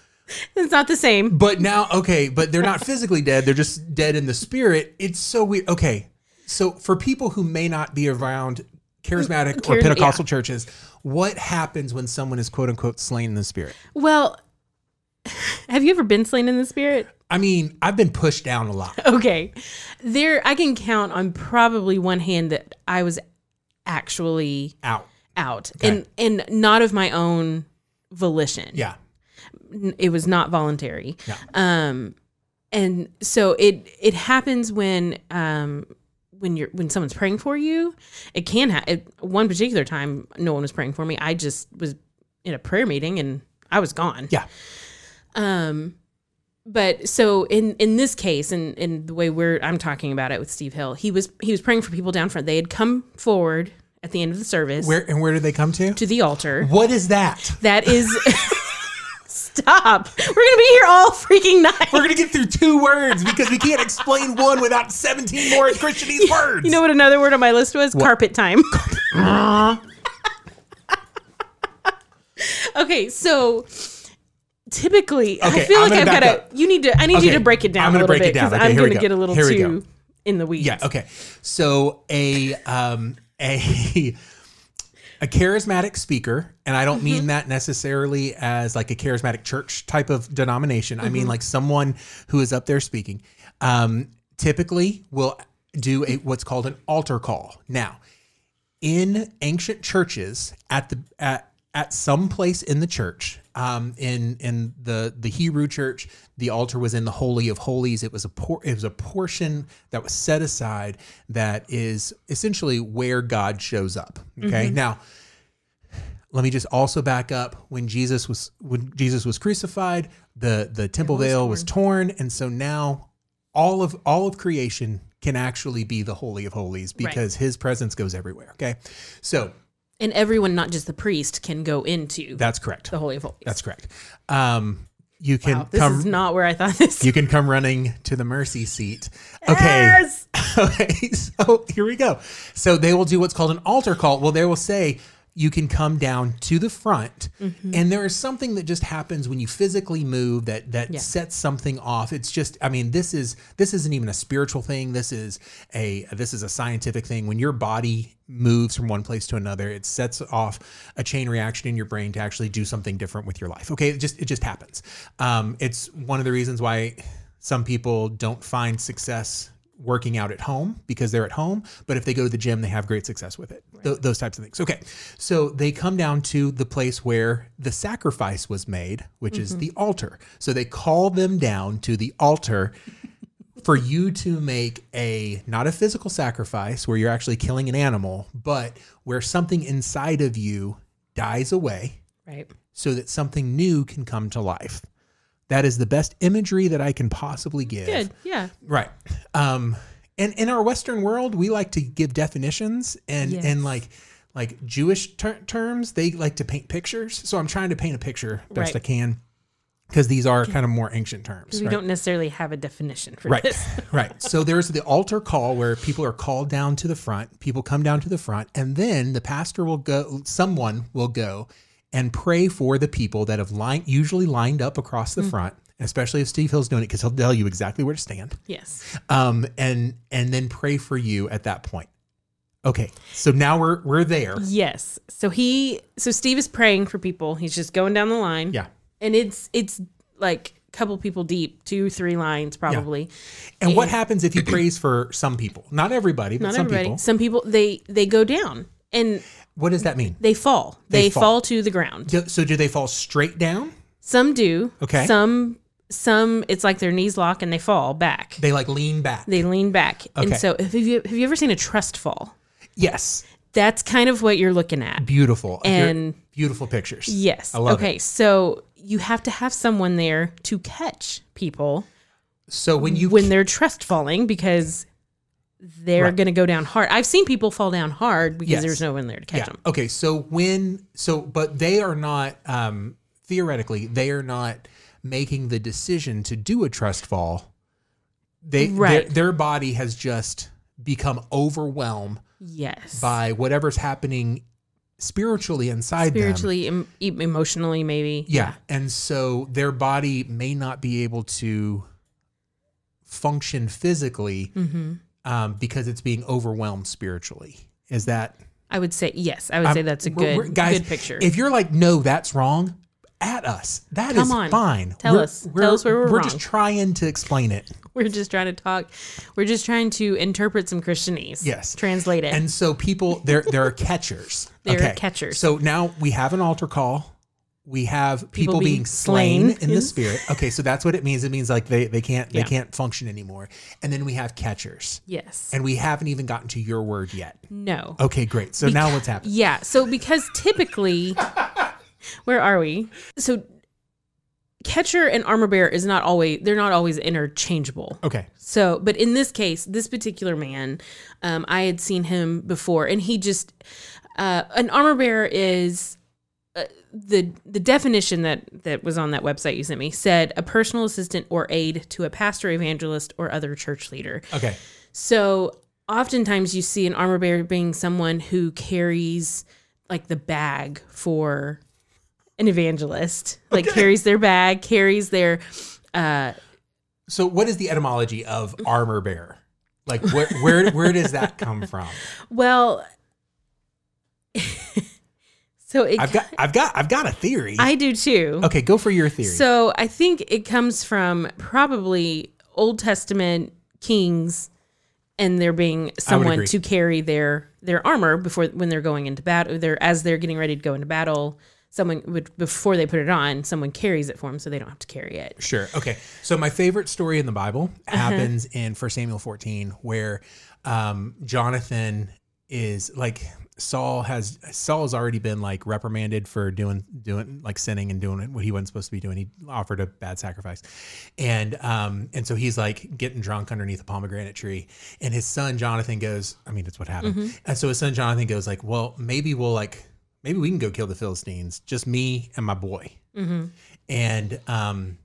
Speaker 3: It's not the same.
Speaker 1: But now, okay, but they're not physically dead. They're just dead in the spirit. It's so weird. Okay, so for people who may not be around charismatic or
Speaker 3: Charis-
Speaker 1: Pentecostal churches, what happens when someone is quote unquote slain in the spirit?
Speaker 3: Well, have you ever been slain in the spirit?
Speaker 1: I mean, I've been pushed down a lot.
Speaker 3: Okay, there I can count on probably one hand that I was actually
Speaker 1: Out.
Speaker 3: out and and not of my own volition.
Speaker 1: Yeah.
Speaker 3: it was not voluntary. Um, and so it it happens when um when you're when someone's praying for you, it can happen. One particular time, no one was praying for me. I just was in a prayer meeting and I was gone.
Speaker 1: Yeah.
Speaker 3: Um, but so in in this case, and in, the way we're I'm talking about it with Steve Hill, he was he was praying for people down front. They had come forward at the end of the service
Speaker 1: Where and where do they come to?
Speaker 3: to the altar.
Speaker 1: What is that?
Speaker 3: That is. Stop. We're going to be here all freaking night.
Speaker 1: We're gonna get through two words because we can't explain one without seventeen more Christianese words.
Speaker 3: You know what another word on my list was? Carpet time. okay, so typically, I
Speaker 1: Okay,
Speaker 3: feel
Speaker 1: I'm
Speaker 3: like
Speaker 1: gonna
Speaker 3: I've got
Speaker 1: back
Speaker 3: to.
Speaker 1: up.
Speaker 3: You need to. I need you
Speaker 1: Okay,
Speaker 3: to break it down
Speaker 1: I'm
Speaker 3: a
Speaker 1: gonna
Speaker 3: little
Speaker 1: break it
Speaker 3: bit because
Speaker 1: down. Okay,
Speaker 3: I'm
Speaker 1: here we
Speaker 3: going
Speaker 1: go.
Speaker 3: to get a little
Speaker 1: Here we
Speaker 3: too in the weeds.
Speaker 1: Yeah. Okay. So a a um a a charismatic speaker, and I don't mean that necessarily as like a charismatic church type of denomination. I mean like someone who is up there speaking. Um, typically, will do a what's called an altar call. Now, in ancient churches at the at, at some place in the church um, in in the the Hebrew church the altar was in the holy of holies it was a por- it was a portion that was set aside that is essentially where God shows up okay now let me just also back up when Jesus was when Jesus was crucified the the temple veil was torn and so now all of all of creation can actually be the holy of holies because his presence goes everywhere okay so
Speaker 3: and everyone, not just the priest, can go into
Speaker 1: that's correct
Speaker 3: the holy of holies.
Speaker 1: that's correct um you can
Speaker 3: wow, this
Speaker 1: come
Speaker 3: is not where I thought this.
Speaker 1: you can come running to the mercy seat okay
Speaker 3: Yes!
Speaker 1: okay, so here we go. So they will do what's called an altar call. Well, they will say, you can come down to the front and there is something that just happens when you physically move that that sets something off it's just i mean this is this isn't even a spiritual thing this is a this is a scientific thing when your body moves from one place to another it sets off a chain reaction in your brain to actually do something different with your life okay it just it just happens um, it's one of the reasons why some people don't find success working out at home because they're at home. But if they go to the gym, they have great success with it. Th- those types of things. Okay. So they come down to the place where the sacrifice was made, which is the altar. So they call them down to the altar for you to make a not a physical sacrifice where you're actually killing an animal, but where something inside of you dies away
Speaker 3: right.
Speaker 1: so that something new can come to life. That is the best imagery that I can possibly give.
Speaker 3: Good. Yeah.
Speaker 1: Right. Um, and in our Western world, we like to give definitions and and like like Jewish ter- terms, they like to paint pictures. So I'm trying to paint a picture best
Speaker 3: Right.
Speaker 1: I can because these are kind of more ancient terms.
Speaker 3: We
Speaker 1: right?
Speaker 3: don't necessarily have a definition for
Speaker 1: Right,
Speaker 3: this.
Speaker 1: right. So there's the altar call where people are called down to the front. People come down to the front, and then the pastor will go. Someone will go and pray for the people that have lined, usually lined up across
Speaker 3: Hmm.
Speaker 1: the front. Especially if Steve Hill's doing it, because he'll tell you exactly where to stand
Speaker 3: Yes.
Speaker 1: um, and and then pray for you at that point. Okay, so now we're we're there.
Speaker 3: Yes. So he so Steve is praying for people. He's just going down the line.
Speaker 1: Yeah,
Speaker 3: And it's it's like a couple people deep, two, three lines probably.
Speaker 1: and what happens if he prays for some people? Not everybody, but
Speaker 3: eh. Not
Speaker 1: some
Speaker 3: everybody.
Speaker 1: people.
Speaker 3: Some people they they go down and
Speaker 1: What does that mean?
Speaker 3: they fall.
Speaker 1: They
Speaker 3: They,
Speaker 1: fall.
Speaker 3: fall. to the ground.
Speaker 1: Do- so do they fall straight down?
Speaker 3: Some do.
Speaker 1: Okay.
Speaker 3: Some some it's like their knees lock and they fall back. They,
Speaker 1: They like lean back.
Speaker 3: lean back.
Speaker 1: Okay.
Speaker 3: And so if you have you ever seen a trust fall?
Speaker 1: yes,
Speaker 3: That's kind of what you're looking at.
Speaker 1: beautiful You're-
Speaker 3: And-
Speaker 1: beautiful pictures.
Speaker 3: Yes.
Speaker 1: I love
Speaker 3: okay.
Speaker 1: it.
Speaker 3: So you have to have someone there to catch people
Speaker 1: So when you
Speaker 3: when they're trust falling because they're
Speaker 1: Right.
Speaker 3: going to go down hard. I've seen people fall down hard because
Speaker 1: Yes.
Speaker 3: there's no one there to catch
Speaker 1: yeah
Speaker 3: them.
Speaker 1: okay, so when so but they are not um, theoretically they are not making the decision to do a trust fall. They
Speaker 3: Right.
Speaker 1: their, their body has just become overwhelmed
Speaker 3: Yes.
Speaker 1: by whatever's happening spiritually inside them.
Speaker 3: Spiritually, em- e- emotionally, maybe.
Speaker 1: Yeah. And so their body may not be able to function physically
Speaker 3: Mm-hmm.
Speaker 1: um, because it's being overwhelmed spiritually. Is that
Speaker 3: I would say yes. I would say that's a
Speaker 1: we're-
Speaker 3: good,
Speaker 1: we're- guys,
Speaker 3: good picture.
Speaker 1: If you're like, no, that's wrong, at us. That is
Speaker 3: Come on.
Speaker 1: fine.
Speaker 3: Tell us. Tell us where we're
Speaker 1: just
Speaker 3: wrong.
Speaker 1: trying to explain it.
Speaker 3: We're just trying to talk. We're just trying to interpret some Christianese.
Speaker 1: Yes.
Speaker 3: Translate it.
Speaker 1: And so people there there are catchers.
Speaker 3: There are catchers.
Speaker 1: So now we have an altar call. We have people, being, slain, in the spirit. Okay, so that's what it means. It means like they they can't
Speaker 3: Mm-hmm. Yeah.
Speaker 1: they can't function anymore. And then we have catchers.
Speaker 3: yes.
Speaker 1: And we haven't even gotten to your word yet.
Speaker 3: no.
Speaker 1: Okay, great. So now what's happening?
Speaker 3: Yeah. So because typically, where are we? So catcher and armor bearer is not always they're not always interchangeable.
Speaker 1: Okay.
Speaker 3: So, but in this case, this particular man, um, I had seen him before, and he just uh, an armor bearer is. uh, The the definition that that was on that website you sent me said a personal assistant or aide to a pastor, evangelist, or other church leader.
Speaker 1: Okay.
Speaker 3: So oftentimes you see an armor bearer being someone who carries like the bag for an evangelist, like carries their bag, carries their uh
Speaker 1: So what is the etymology
Speaker 3: Mm-hmm.
Speaker 1: of armor bearer? Like where where where does that come from?
Speaker 3: well So it,
Speaker 1: I've got, I've got, I've got a theory.
Speaker 3: I do too.
Speaker 1: okay, go for your theory.
Speaker 3: So I think it comes from probably Old Testament kings and there being someone
Speaker 1: agree.
Speaker 3: to carry their their armor before when they're going into battle they're as they're getting ready to go into battle someone would before they put it on someone carries it for them so they don't have to carry it
Speaker 1: Sure. Okay. So my favorite story in the Bible happens in First Samuel 14, where um, Jonathan is like Saul has Saul's already been like reprimanded for doing doing like sinning and doing what he wasn't supposed to be doing. He offered a bad sacrifice, and um and so he's like getting drunk underneath a pomegranate tree, and his son Jonathan goes. I mean, it's what happened. And so his son Jonathan goes like, well, maybe we'll like maybe we can go kill the Philistines, just me and my boy and um,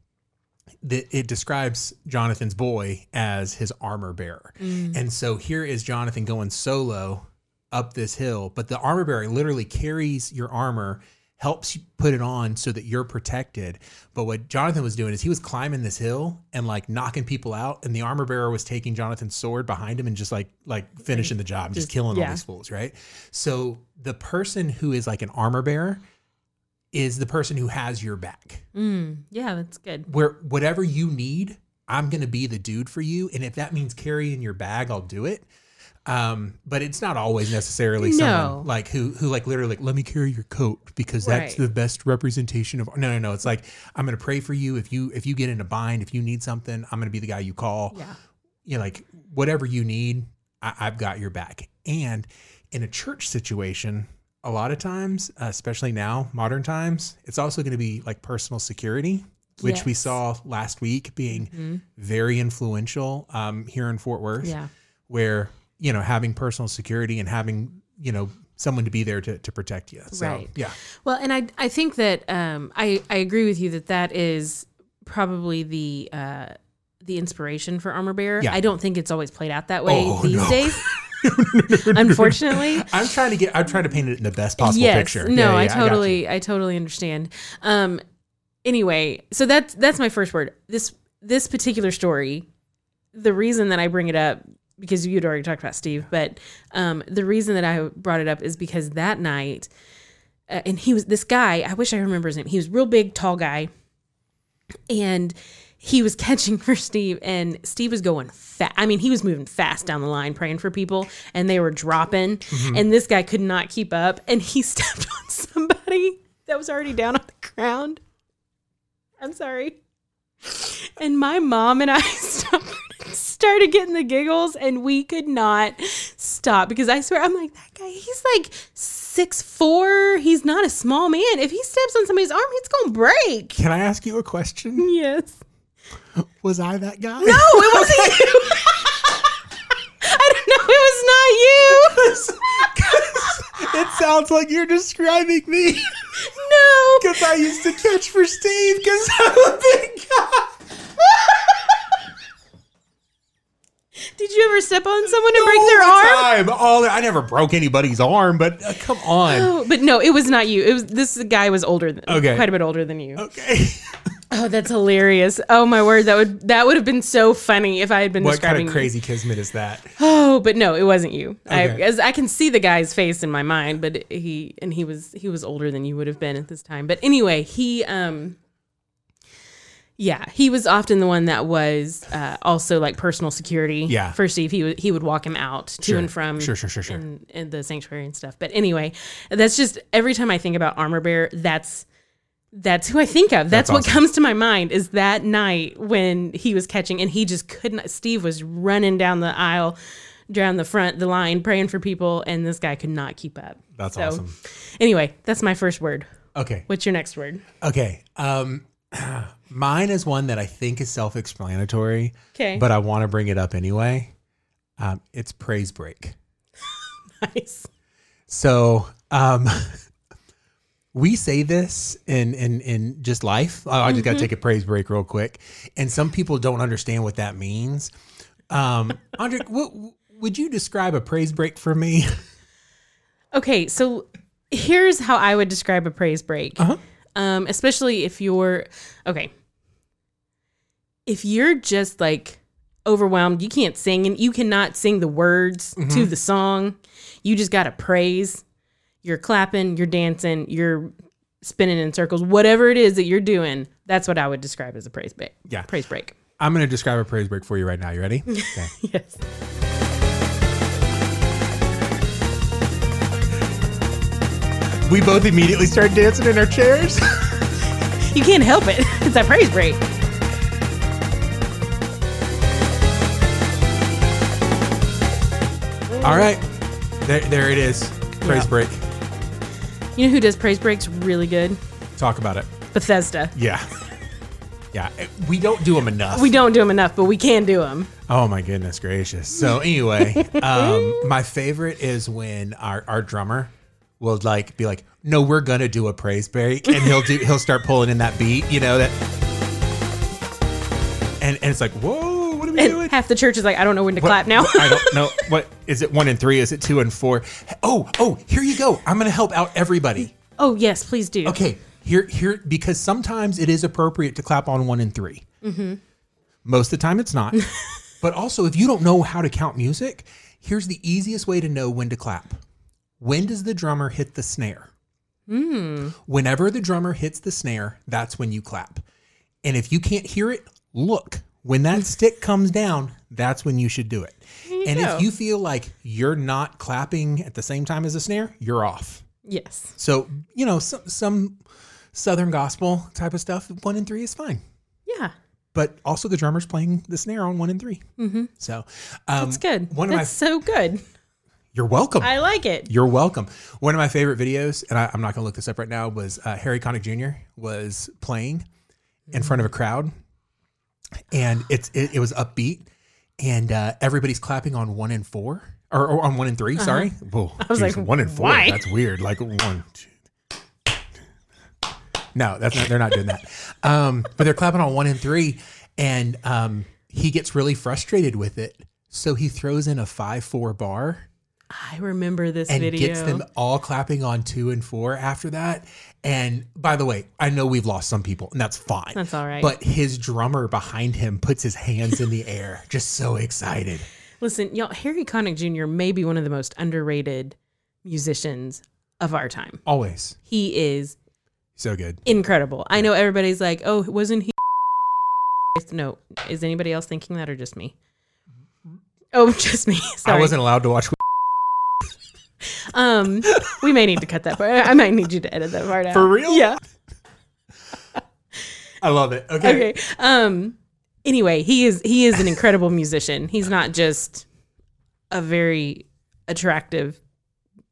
Speaker 1: the, it describes Jonathan's boy as his armor bearer. And so here is Jonathan going solo up this hill, but the armor bearer literally carries your armor, helps you put it on so that you're protected. But what Jonathan was doing is he was climbing this hill and like knocking people out, and the armor bearer was taking Jonathan's sword behind him and just like like finishing the job, just,
Speaker 3: Just-
Speaker 1: killing all
Speaker 3: yeah.
Speaker 1: these fools, right? So the person who is like an armor bearer is the person who has your back
Speaker 3: mm, yeah that's good
Speaker 1: where whatever you need, I'm gonna be the dude for you. And if that means carrying your bag, I'll do it. Um, but it's not always necessarily
Speaker 3: No.
Speaker 1: someone like who who like literally like, let me carry your coat because that's
Speaker 3: Right.
Speaker 1: the best representation of no no no. It's like I'm gonna pray for you if you if you get in a bind, if you need something, I'm gonna be the guy you call.
Speaker 3: Yeah.
Speaker 1: You know, like whatever you need, I, I've got your back. And in a church situation, a lot of times, uh, especially now, modern times, it's also going to be like personal security, which we
Speaker 3: Yes. Mm-hmm.
Speaker 1: saw last week being very influential um, here in Fort Worth,
Speaker 3: Yeah.
Speaker 1: where, you know, having personal security and having, you know, someone to be there to, to protect you. So,
Speaker 3: Right.
Speaker 1: yeah.
Speaker 3: Well, and I I think that um, I I agree with you that that is probably the uh, the inspiration for armor bearer.
Speaker 1: Yeah.
Speaker 3: I don't think it's always played out that way
Speaker 1: Oh,
Speaker 3: these
Speaker 1: no.
Speaker 3: days. Unfortunately,
Speaker 1: I'm trying to get, I'm trying to paint it in the best possible
Speaker 3: yes,
Speaker 1: picture.
Speaker 3: no,
Speaker 1: Yeah, yeah,
Speaker 3: I
Speaker 1: got you.
Speaker 3: totally I, totally understand. Um, anyway, so that's that's my first word. This this particular story, the reason that I bring it up because you'd already talked about Steve, but um, the reason that I brought it up is because that night uh, and he was this guy. I wish I remember his name. He was real big, tall guy, and he was catching for Steve. And Steve was going fast. I mean, he was moving fast down the line, praying for people, and they were dropping. And this guy could not keep up, and he stepped on somebody that was already down on the ground. I'm sorry. And my mom and I stopped, started getting the giggles, and we could not stop because I swear I'm like that guy. He's like six four. He's not a small man. If he steps on somebody's arm, it's gonna break.
Speaker 1: Can I ask you a question?
Speaker 3: Yes.
Speaker 1: Was I that guy?
Speaker 3: No, Oh, it wasn't you. I don't know. It was not you.
Speaker 1: It sounds like you're describing me.
Speaker 3: no.
Speaker 1: Because I used to catch for Steve because I'm a big guy.
Speaker 3: Did you ever step on someone and break their arm?
Speaker 1: Time. All I never broke anybody's arm, but uh, come on.
Speaker 3: Oh, but no, it was not you. It was this guy was older than
Speaker 1: Okay.
Speaker 3: quite a bit older than you.
Speaker 1: Okay.
Speaker 3: Oh, that's hilarious. Oh my word, that would that would have been so funny if I had been
Speaker 1: What
Speaker 3: describing
Speaker 1: kind of
Speaker 3: you.
Speaker 1: crazy kismet is that?
Speaker 3: Oh, but no, it wasn't you. I
Speaker 1: Okay.
Speaker 3: as I can see the guy's face in my mind, but he and he was he was older than you would have been at this time. But anyway, he um yeah, he was often the one that was uh, also like personal security.
Speaker 1: Yeah.
Speaker 3: for Steve, he would he would walk him out to and from
Speaker 1: Sure, sure, sure, sure.
Speaker 3: in, in the sanctuary and stuff. But anyway, that's just every time I think about armor bearer, that's that's who I think of. That's,
Speaker 1: That's
Speaker 3: what
Speaker 1: awesome.
Speaker 3: comes to my mind is that night when he was catching and he just couldn't. Steve was running down the aisle, down the front, the line, praying for people, and this guy could not keep up.
Speaker 1: That's
Speaker 3: So,
Speaker 1: awesome.
Speaker 3: Anyway, that's my first word.
Speaker 1: Okay.
Speaker 3: What's your next word?
Speaker 1: Okay. Um, mine is one that I think is self explanatory,
Speaker 3: Okay.
Speaker 1: but I want to bring it up anyway. Um, it's praise break.
Speaker 3: nice.
Speaker 1: So um, we say this in in in just life. I I just got
Speaker 3: Mm-hmm.
Speaker 1: to take a praise break real quick, and some people don't understand what that means. Um, Andre, what would you describe a praise break for me?
Speaker 3: Okay, so here's how I would describe a praise break,
Speaker 1: Uh-huh.
Speaker 3: um, especially if you're okay. If you're just like overwhelmed, you can't
Speaker 1: Mm-hmm.
Speaker 3: sing and you cannot sing the words to the song. You just gotta praise. you're clapping, you're dancing, you're spinning in circles, whatever it is that you're doing, that's what I would describe as a praise break.
Speaker 1: Yeah.
Speaker 3: Praise break.
Speaker 1: I'm going to describe a praise break for you right now. You ready? Okay.
Speaker 3: Yes.
Speaker 1: we both immediately start dancing in our chairs.
Speaker 3: You can't help it. It's a praise break.
Speaker 1: All right. There, there it is. Praise
Speaker 3: Yeah.
Speaker 1: break.
Speaker 3: You know who does praise breaks really good?
Speaker 1: Talk about it.
Speaker 3: Bethesda.
Speaker 1: Yeah. Yeah. We don't do them enough.
Speaker 3: We don't do them enough, but we can do them.
Speaker 1: Oh my goodness gracious! So anyway, um, my favorite is when our our drummer will like be like, "No, we're gonna do a praise break," and he'll do he'll start pulling in that beat, you know that, and and it's like, "Whoa, what are we doing?"
Speaker 3: And half the church is like, I don't know when to
Speaker 1: What-
Speaker 3: clap now.
Speaker 1: I don't know. What is it? One and three? Is it two and four? Oh, oh, here you go. I'm gonna help out everybody.
Speaker 3: oh, yes, please do.
Speaker 1: Okay, here, here, because sometimes it is appropriate to clap on one and 3 Most of the time, it's not. but also, if you don't know how to count music, here's the easiest way to know when to clap. When does the drummer hit the snare? Whenever the drummer hits the snare, that's when you clap. And if you can't hear it, look. When that stick comes down, that's when you should do it. And
Speaker 3: go.
Speaker 1: if you feel like you're not clapping at the same time as the snare, you're off.
Speaker 3: Yes.
Speaker 1: So you know, some some Southern gospel type of stuff. One and three is fine,
Speaker 3: Yeah.
Speaker 1: but also the drummer's playing the snare on one and 3 Mm-hmm. So um,
Speaker 3: It's good.
Speaker 1: One of my,
Speaker 3: That's so good.
Speaker 1: you're welcome.
Speaker 3: I like it.
Speaker 1: you're welcome. One of my favorite videos, and I, I'm not going to look this up right now, was uh, Harry Connick Jr. was playing in front of a crowd, and it's it, it was upbeat, and uh, everybody's clapping on one and four or, or on one and 3 Sorry, Whoa, I
Speaker 3: Uh-huh. was like,
Speaker 1: one and four.
Speaker 3: why?
Speaker 1: That's weird. Like one. Two. No, that's not. They're not doing that. Um, but they're clapping on one and three, and um, he gets really frustrated with it. So he throws in a five four bar
Speaker 3: I remember this
Speaker 1: and
Speaker 3: video.
Speaker 1: gets them all clapping on two and four after that. And by the way, I know we've lost some people, and that's fine.
Speaker 3: That's all right.
Speaker 1: But his drummer behind him puts his hands in the air, just so excited.
Speaker 3: Listen, y'all, Harry Connick Jr. may be one of the most underrated musicians of our time.
Speaker 1: Always
Speaker 3: He is
Speaker 1: so good.
Speaker 3: incredible. I know everybody's like, oh, wasn't he? No. Is anybody else thinking that or just me? Oh, just me. Sorry.
Speaker 1: I wasn't allowed to watch
Speaker 3: Um, we may need to cut that part. I might need you to edit that part out.
Speaker 1: for real.
Speaker 3: Yeah.
Speaker 1: I love it. Okay,
Speaker 3: Okay. Um. Anyway, he is he is an incredible musician. He's not just a very attractive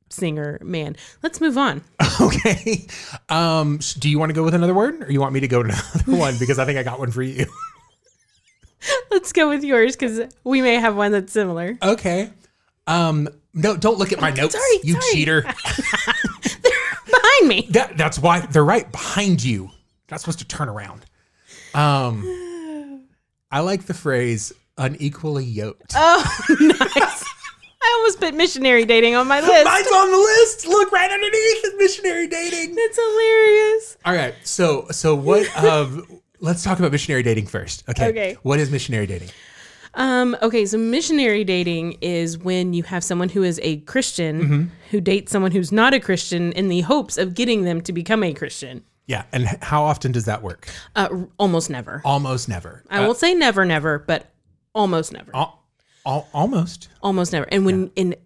Speaker 3: singer man. Let's move on.
Speaker 1: okay. Um, sh- do you want to go with another word, or you want me to go to another one? Because I think I got one for you.
Speaker 3: Let's go with yours because we may have one that's similar.
Speaker 1: okay. Um, no, don't look at my notes,
Speaker 3: Sorry,
Speaker 1: you
Speaker 3: sorry.
Speaker 1: cheater.
Speaker 3: Behind me.
Speaker 1: That that's why they're right behind you. Not supposed to turn around. Um, I like the phrase unequally yoked.
Speaker 3: Nice. I almost put missionary dating on my list.
Speaker 1: Mine's on the list. Look right underneath is missionary dating.
Speaker 3: That's hilarious.
Speaker 1: All right, so so what? Um, let's talk about missionary dating first. Okay.
Speaker 3: Okay.
Speaker 1: What is missionary dating?
Speaker 3: Um, okay, so missionary dating is when you have someone who is a Christian who dates someone who's not a Christian in the hopes of getting them to become a Christian.
Speaker 1: Yeah, and h- how often does that work?
Speaker 3: Uh, r- almost never.
Speaker 1: Almost never.
Speaker 3: I won't say never, never, but almost never.
Speaker 1: Al- Uh, al- almost.
Speaker 3: almost never. And when in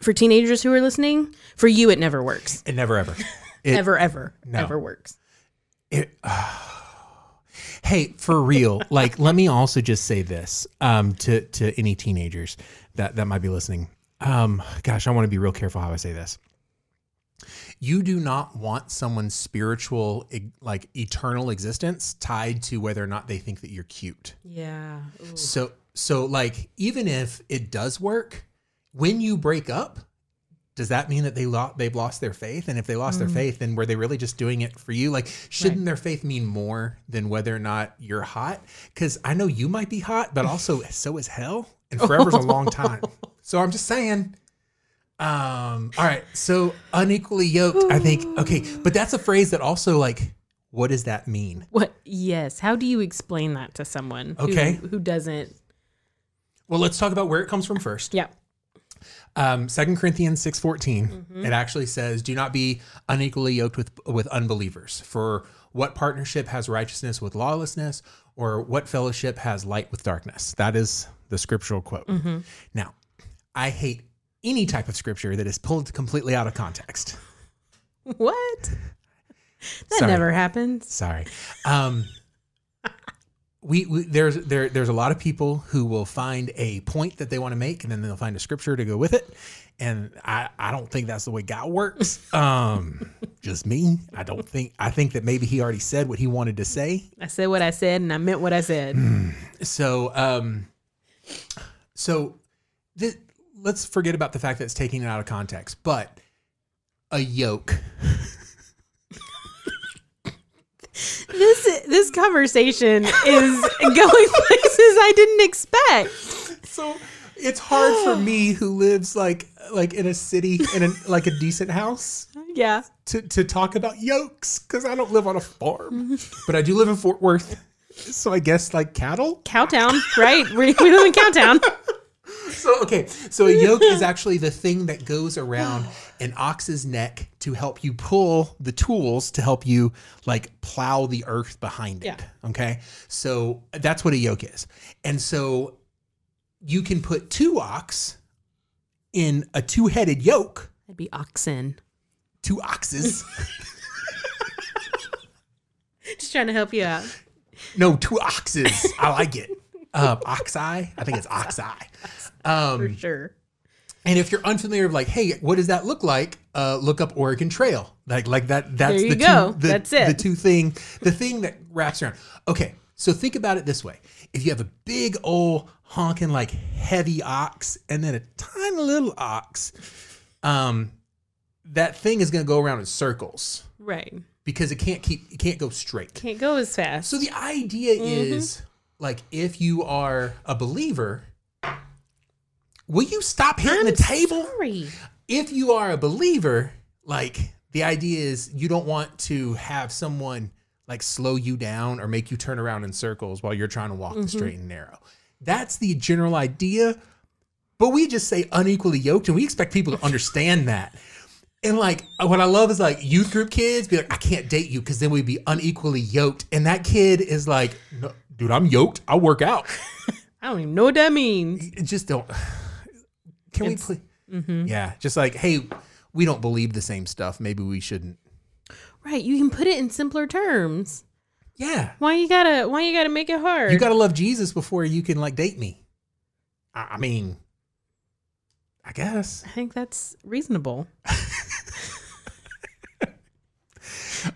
Speaker 3: for teenagers who are listening, for you it never works.
Speaker 1: It never ever. It-
Speaker 3: Never, ever,
Speaker 1: No.
Speaker 3: ever works.
Speaker 1: It, hey, for real. like, let me also just say this um, to to any teenagers that that might be listening. Um, gosh, I want to be real careful how I say this. You do not want someone's spiritual, e- like eternal existence, tied to whether or not they think that you're cute.
Speaker 3: Yeah.
Speaker 1: So, so like, even if it does work, when you break up, does that mean that they lo- they've lost their faith? And if they lost their faith, then were they really just doing it for you? Like, shouldn't their faith mean more than whether or not you're hot? Because I know you might be hot, but also so is hell, and forever's a long time. So I'm just saying. Um. All right. So unequally yoked. I think. Okay. But that's a phrase that also like, what does that mean?
Speaker 3: What? Yes. How do you explain that to someone? who-
Speaker 1: Okay.
Speaker 3: Who, doesn't?
Speaker 1: Well, let's talk about where it comes from first.
Speaker 3: Yeah.
Speaker 1: Um, 2 Corinthians 6:14 it actually says do not be unequally yoked with with unbelievers for what partnership has righteousness with lawlessness or what fellowship has light with darkness that is the scriptural quote now I hate any type of scripture that is pulled completely out of context
Speaker 3: What? That
Speaker 1: Sorry.
Speaker 3: never happens.
Speaker 1: Sorry. Um, we, we there's there there's a lot of people who will find a point that they want to make, and then they'll find a scripture to go with it. And I I don't think that's the way God works. Um, just me. I don't think I think that maybe He already said what He wanted to say,
Speaker 3: I said what I said and I meant what I said.
Speaker 1: so um so th- let's forget about the fact that it's taking it out of context but a yoke
Speaker 3: This this conversation is going places I didn't expect.
Speaker 1: so it's hard for me who lives like like in a city in an like a decent house
Speaker 3: Yeah.
Speaker 1: to to talk about yokes because i don't live on a farm but i do live in fort worth so i guess like cattle
Speaker 3: Cowtown, right? We, we live in Cowtown.
Speaker 1: So okay, so a yoke is actually the thing that goes around an ox's neck to help you pull the tools to help you like plow the earth behind it. Okay, so that's what a yoke is, and so you can put two ox in a two-headed yoke,
Speaker 3: That'd be oxen.
Speaker 1: two oxes.
Speaker 3: Just trying to help you out.
Speaker 1: no, two oxes. I like it. Um, oxeye. I think it's oxeye. Um,
Speaker 3: For sure.
Speaker 1: And if you're unfamiliar with like, hey, what does that look like? Uh, look up Oregon Trail. Like, like that. That's
Speaker 3: There you
Speaker 1: the
Speaker 3: go.
Speaker 1: Two, the,
Speaker 3: That's it.
Speaker 1: The two thing, the thing that wraps around. Okay, so think about it this way: if you have a big old honking like heavy ox and then a tiny little ox, um, that thing is going to go around in circles
Speaker 3: Right.
Speaker 1: because it can't keep it can't go straight.
Speaker 3: Can't Mm-hmm. go as fast.
Speaker 1: So the idea is like if you are a believer, will you stop hitting the table?
Speaker 3: Sorry.
Speaker 1: if you are a believer, like the idea is you don't want to have someone like slow you down or make you turn around in circles while you're trying to walk the straight and narrow. That's the general idea. But we just say unequally yoked and we expect people to understand that. And like what I love is like youth group kids be like, I can't date you because then we'd be unequally yoked. And that kid is like, no, dude, I'm yoked. I work out.
Speaker 3: I don't even know what that means.
Speaker 1: It just don't. Can we please? Yeah, just like hey, we don't believe the same stuff. Maybe we shouldn't.
Speaker 3: Right. You can put it in simpler terms.
Speaker 1: Yeah,
Speaker 3: Why you gotta why you gotta make it hard?
Speaker 1: you got to love Jesus before you can like date me. I, I mean, I guess.
Speaker 3: I think that's reasonable.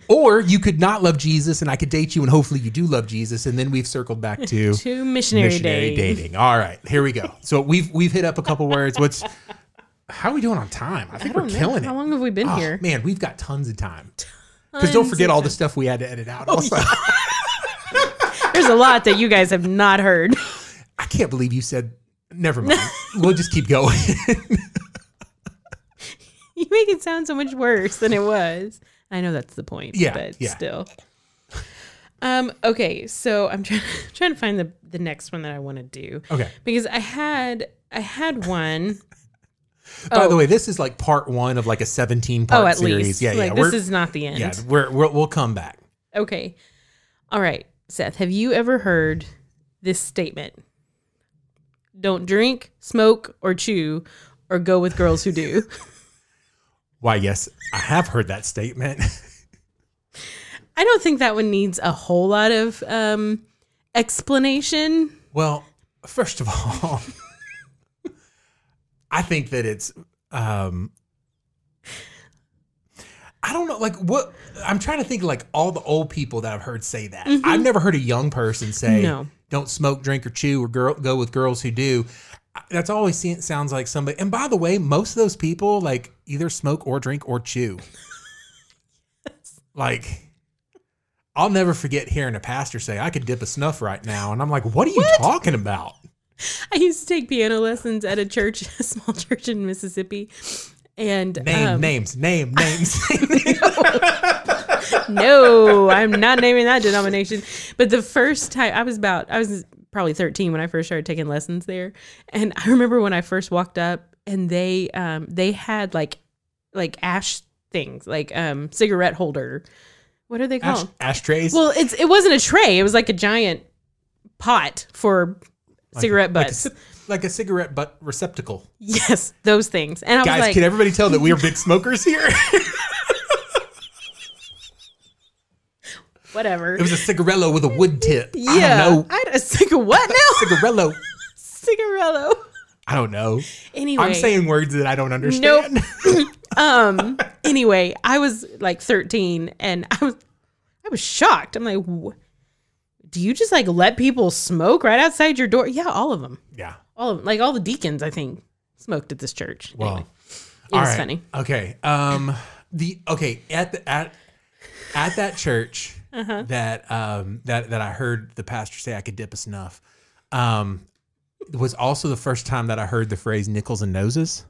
Speaker 1: Or you could not love Jesus, and I could date you, and hopefully you do love Jesus, and then we've circled back to
Speaker 3: To missionary,
Speaker 1: missionary
Speaker 3: day.
Speaker 1: dating. All right, here we go. So we've we've hit up a couple words. What's how are we doing on time? I
Speaker 3: I
Speaker 1: think
Speaker 3: don't
Speaker 1: we're
Speaker 3: know.
Speaker 1: killing it.
Speaker 3: How long have we been
Speaker 1: Oh,
Speaker 3: here?
Speaker 1: Man, we've got tons of time. Because don't
Speaker 3: Tons
Speaker 1: forget
Speaker 3: of Oh,
Speaker 1: all the stuff we had to edit out. Also,
Speaker 3: There's a lot that you guys have not heard.
Speaker 1: I can't believe you said. Never mind. we'll just keep going.
Speaker 3: You make it sound so much worse than it was. I know that's the point.
Speaker 1: Yeah,
Speaker 3: but
Speaker 1: yeah.
Speaker 3: still. Um. Okay. So I'm trying trying to find the the next one that I want to do.
Speaker 1: Okay.
Speaker 3: Because I had I had one.
Speaker 1: By the way, this is like part one of like a seventeen-part
Speaker 3: Oh, at
Speaker 1: series.
Speaker 3: least.
Speaker 1: Yeah,
Speaker 3: like
Speaker 1: yeah.
Speaker 3: this
Speaker 1: we're-
Speaker 3: is not the end.
Speaker 1: yeah. We're, we're we'll come back.
Speaker 3: Okay. All right, Seth. Have you ever heard this statement? Don't drink, smoke, or chew, or go with girls who do.
Speaker 1: Why? Yes, I have heard that statement.
Speaker 3: I don't think that one needs a whole lot of um, explanation.
Speaker 1: Well, first of all, I think that it's um I don't know like what I'm trying to think like all the old people that I've heard say that. I've never heard a young person say
Speaker 3: No.
Speaker 1: don't smoke, drink or chew or girl, go with girls who do. I- That's always se- sounds like somebody. And by the way, most of those people like either smoke or drink or chew. Like I'll never forget hearing a pastor say, I could dip a snuff right now. And I'm like, what are you talking about?
Speaker 3: I used to take piano lessons at a church, a small church in Mississippi. And
Speaker 1: Name,
Speaker 3: um,
Speaker 1: names, name, names.
Speaker 3: no, I'm not naming that denomination. But the first time I was about, I was probably 13 when I first started taking lessons there. And I remember when I first walked up and they um they had like like ash things like um cigarette holder. What are they
Speaker 1: Ash,
Speaker 3: called?
Speaker 1: ashtrays.
Speaker 3: Well, it's it wasn't a tray. It was like a giant pot for cigarette
Speaker 1: like a,
Speaker 3: butts.
Speaker 1: ci- like a cigarette butt receptacle.
Speaker 3: yes, those things. And I
Speaker 1: Guys,
Speaker 3: was like,
Speaker 1: can everybody tell that we are big smokers here?
Speaker 3: whatever.
Speaker 1: it was a cigarello with a wood tip. I
Speaker 3: yeah,
Speaker 1: don't know.
Speaker 3: I a cigar what now?
Speaker 1: Cigarello.
Speaker 3: Cigarello.
Speaker 1: I don't know.
Speaker 3: Anyway,
Speaker 1: I'm saying words that I don't understand.
Speaker 3: um. Anyway, I was like 13, and I was I was shocked. I'm like, "Wh- do you just like let people smoke right outside your door? Yeah, all of them.
Speaker 1: yeah.
Speaker 3: All of 'em. like all the deacons, I think, smoked at this church.
Speaker 1: Well,
Speaker 3: Anyway, it
Speaker 1: all
Speaker 3: was
Speaker 1: right.
Speaker 3: funny.
Speaker 1: Okay. Um, the okay at the, at at that church
Speaker 3: Uh-huh.
Speaker 1: that um that that I heard the pastor say I could dip a snuff, um, was also the first time that I heard the phrase nickels and noses.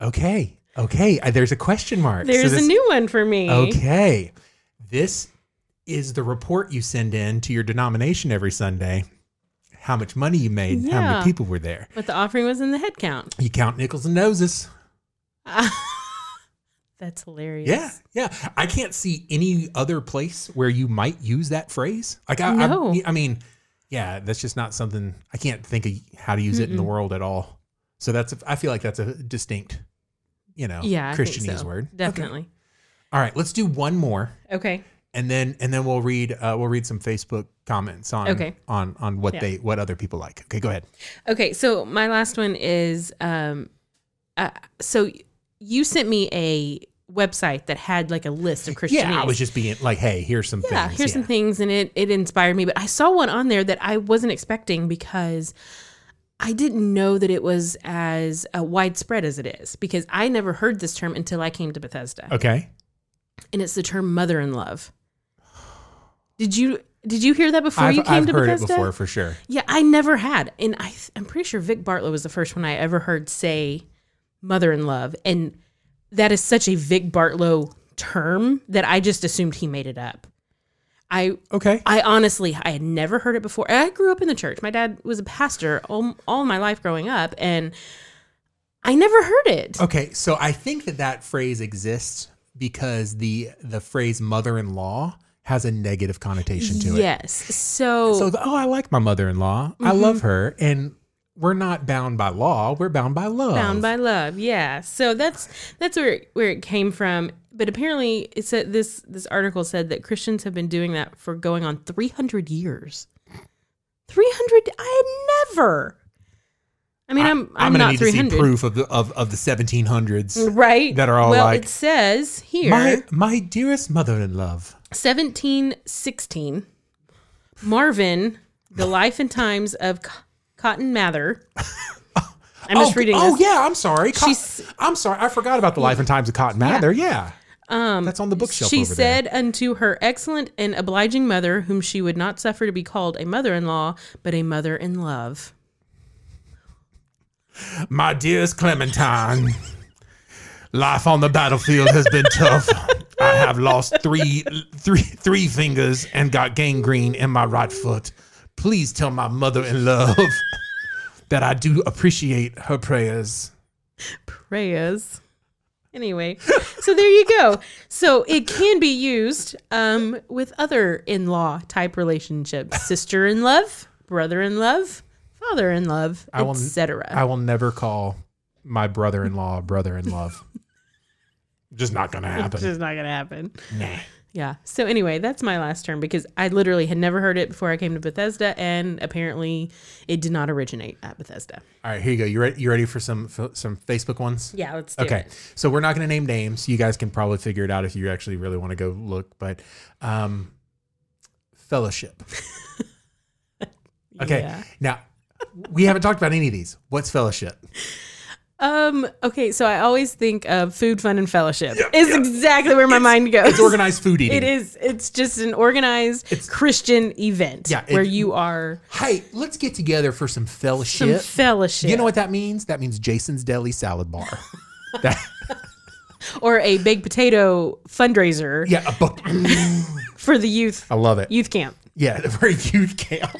Speaker 1: Okay. Okay. Uh, there's a question mark. So
Speaker 3: There's
Speaker 1: this-
Speaker 3: a new one for me.
Speaker 1: Okay. This is the report you send in to your denomination every Sunday. How much money you made, and how
Speaker 3: Yeah.
Speaker 1: many people were there.
Speaker 3: But the offering was in the head count.
Speaker 1: You count nickels and noses.
Speaker 3: That's hilarious.
Speaker 1: Yeah, yeah. I can't see any other place where you might use that phrase. Like I,
Speaker 3: No.
Speaker 1: I, I mean, yeah, that's just not something I can't think of how to use it in the world at all. So that's I feel like that's a distinct, you know,
Speaker 3: Yeah. I think
Speaker 1: Christianese
Speaker 3: so.
Speaker 1: word.
Speaker 3: Definitely.
Speaker 1: All right, let's do one more,
Speaker 3: Okay.
Speaker 1: and then and then we'll read uh, we'll read some Facebook comments on
Speaker 3: Okay.
Speaker 1: on on what
Speaker 3: Yeah.
Speaker 1: they what other people like. Okay, go ahead.
Speaker 3: Okay, so my last one is um, uh, so you sent me a website that had like a list of Christianese.
Speaker 1: Yeah, I was just being like, hey, here's some
Speaker 3: yeah,
Speaker 1: things.
Speaker 3: here's
Speaker 1: yeah.
Speaker 3: some things, and it it inspired me. But I saw one on there that I wasn't expecting because I didn't know that it was as uh, widespread as it is because I never heard this term until I came to Bethesda,
Speaker 1: Okay.
Speaker 3: and it's the term mother in love. Did you did you hear that before
Speaker 1: I've,
Speaker 3: you came
Speaker 1: I've
Speaker 3: to
Speaker 1: heard
Speaker 3: Bethesda?
Speaker 1: it before for sure.
Speaker 3: Yeah, I never had. And I th- I'm pretty sure Vic Bartlett was the first one I ever heard say mother in love. And that is such a Vic Bartlow term that I just assumed he made it up. I
Speaker 1: Okay.
Speaker 3: I honestly I had never heard it before. I grew up in the church. My dad was a pastor all, all my life growing up and I never heard it.
Speaker 1: Okay, so I think that that phrase exists because the the phrase mother-in-law has a negative connotation to it.
Speaker 3: Yes. So,
Speaker 1: So the, oh, I like my mother-in-law. I
Speaker 3: Mm-hmm.
Speaker 1: love her, and we're not bound by law; we're bound by love.
Speaker 3: bound by love yeah so that's that's where where it came from but apparently it said this this article said that christians have been doing that for going on 300 years 300 i had never i mean I, am i'm,
Speaker 1: gonna
Speaker 3: not
Speaker 1: need to
Speaker 3: 300
Speaker 1: see proof of the of, of the 1700s.
Speaker 3: right
Speaker 1: that are all
Speaker 3: well
Speaker 1: like,
Speaker 3: it says here
Speaker 1: My my dearest mother-in-law.
Speaker 3: 1716 marvin the life and times of Co- cotton mather i'm just
Speaker 1: oh,
Speaker 3: reading
Speaker 1: Oh
Speaker 3: this
Speaker 1: yeah, I'm sorry. Cotton-
Speaker 3: She's-
Speaker 1: I'm sorry. I forgot about the life and times of Cotton Mather. Yeah. Um, That's on the bookshelf.
Speaker 3: She
Speaker 1: over
Speaker 3: said unto her excellent and obliging mother, whom she would not suffer to be called a mother in law, but a mother in love.
Speaker 1: there. "My dearest Clementine, life on the battlefield has been tough. I have lost three, three, three fingers and got gangrene in my right foot. Please tell my mother in love that I do appreciate her prayers."
Speaker 3: Prayers. Anyway, so there you go. So it can be used um, with other in law type relationships sister in love, brother in love, father in love,
Speaker 1: I will- I
Speaker 3: etc.
Speaker 1: will never call my brother-in-law brother in love. Just not gonna
Speaker 3: This
Speaker 1: happen.
Speaker 3: is not going to happen.
Speaker 1: Nah.
Speaker 3: Yeah. So anyway, that's my last term because I literally had never heard it before I came to Bethesda, and apparently it did not originate at Bethesda.
Speaker 1: All right, here you go. You ready? You ready for some for some Facebook ones?
Speaker 3: Yeah, let's do
Speaker 1: Okay,
Speaker 3: it.
Speaker 1: so we're not going to name names. You guys can probably figure it out if you actually really want to go look. But um, fellowship. Okay,
Speaker 3: Yeah.
Speaker 1: now we haven't talked about any of these. What's fellowship?
Speaker 3: Um. Okay. So I always think of food, fun, and fellowship. is exactly where my mind goes.
Speaker 1: It's organized food eating.
Speaker 3: It is. It's just an organized Christian event
Speaker 1: Yeah, it-
Speaker 3: where you are
Speaker 1: Hey, let's get together for some
Speaker 3: some
Speaker 1: fellowship.
Speaker 3: fellowship.
Speaker 1: you know what that means? That means Jason's Deli Salad Bar. That-
Speaker 3: Or a baked potato fundraiser
Speaker 1: yeah, Oh. a book.
Speaker 3: for the youth
Speaker 1: I love it.
Speaker 3: youth camp.
Speaker 1: yeah, for a youth camp.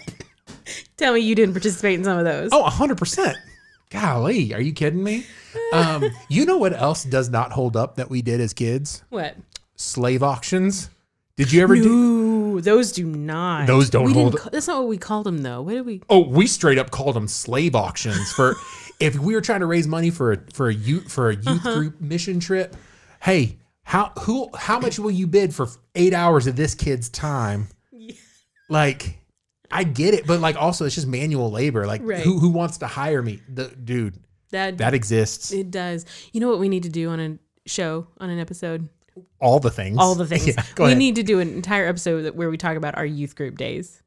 Speaker 3: Tell me you didn't participate in some of those.
Speaker 1: Oh, 100%. Golly, are you kidding me? Um, you know what else does not hold up that we did as kids?
Speaker 3: What?
Speaker 1: Slave auctions. Did you ever do
Speaker 3: Ooh, those do not.
Speaker 1: Those don't
Speaker 3: we
Speaker 1: hold-
Speaker 3: Didn't, ca- that's not what we called them, though. What did we?
Speaker 1: Oh, we straight up called them slave auctions for if we were trying to raise money for a for a youth for a youth
Speaker 3: Uh-huh.
Speaker 1: group mission trip. Hey, how who how much will you bid for eight hours of this kid's time? Like, I get it, but like also it's just manual labor. Like,
Speaker 3: Right.
Speaker 1: who who wants to hire me? The dude
Speaker 3: That,
Speaker 1: that exists.
Speaker 3: it does. You know what we need to do on a show on an episode?
Speaker 1: All the things.
Speaker 3: All the things.
Speaker 1: Yeah, go
Speaker 3: we
Speaker 1: ahead.
Speaker 3: need to do an entire episode that- where we talk about our youth group days.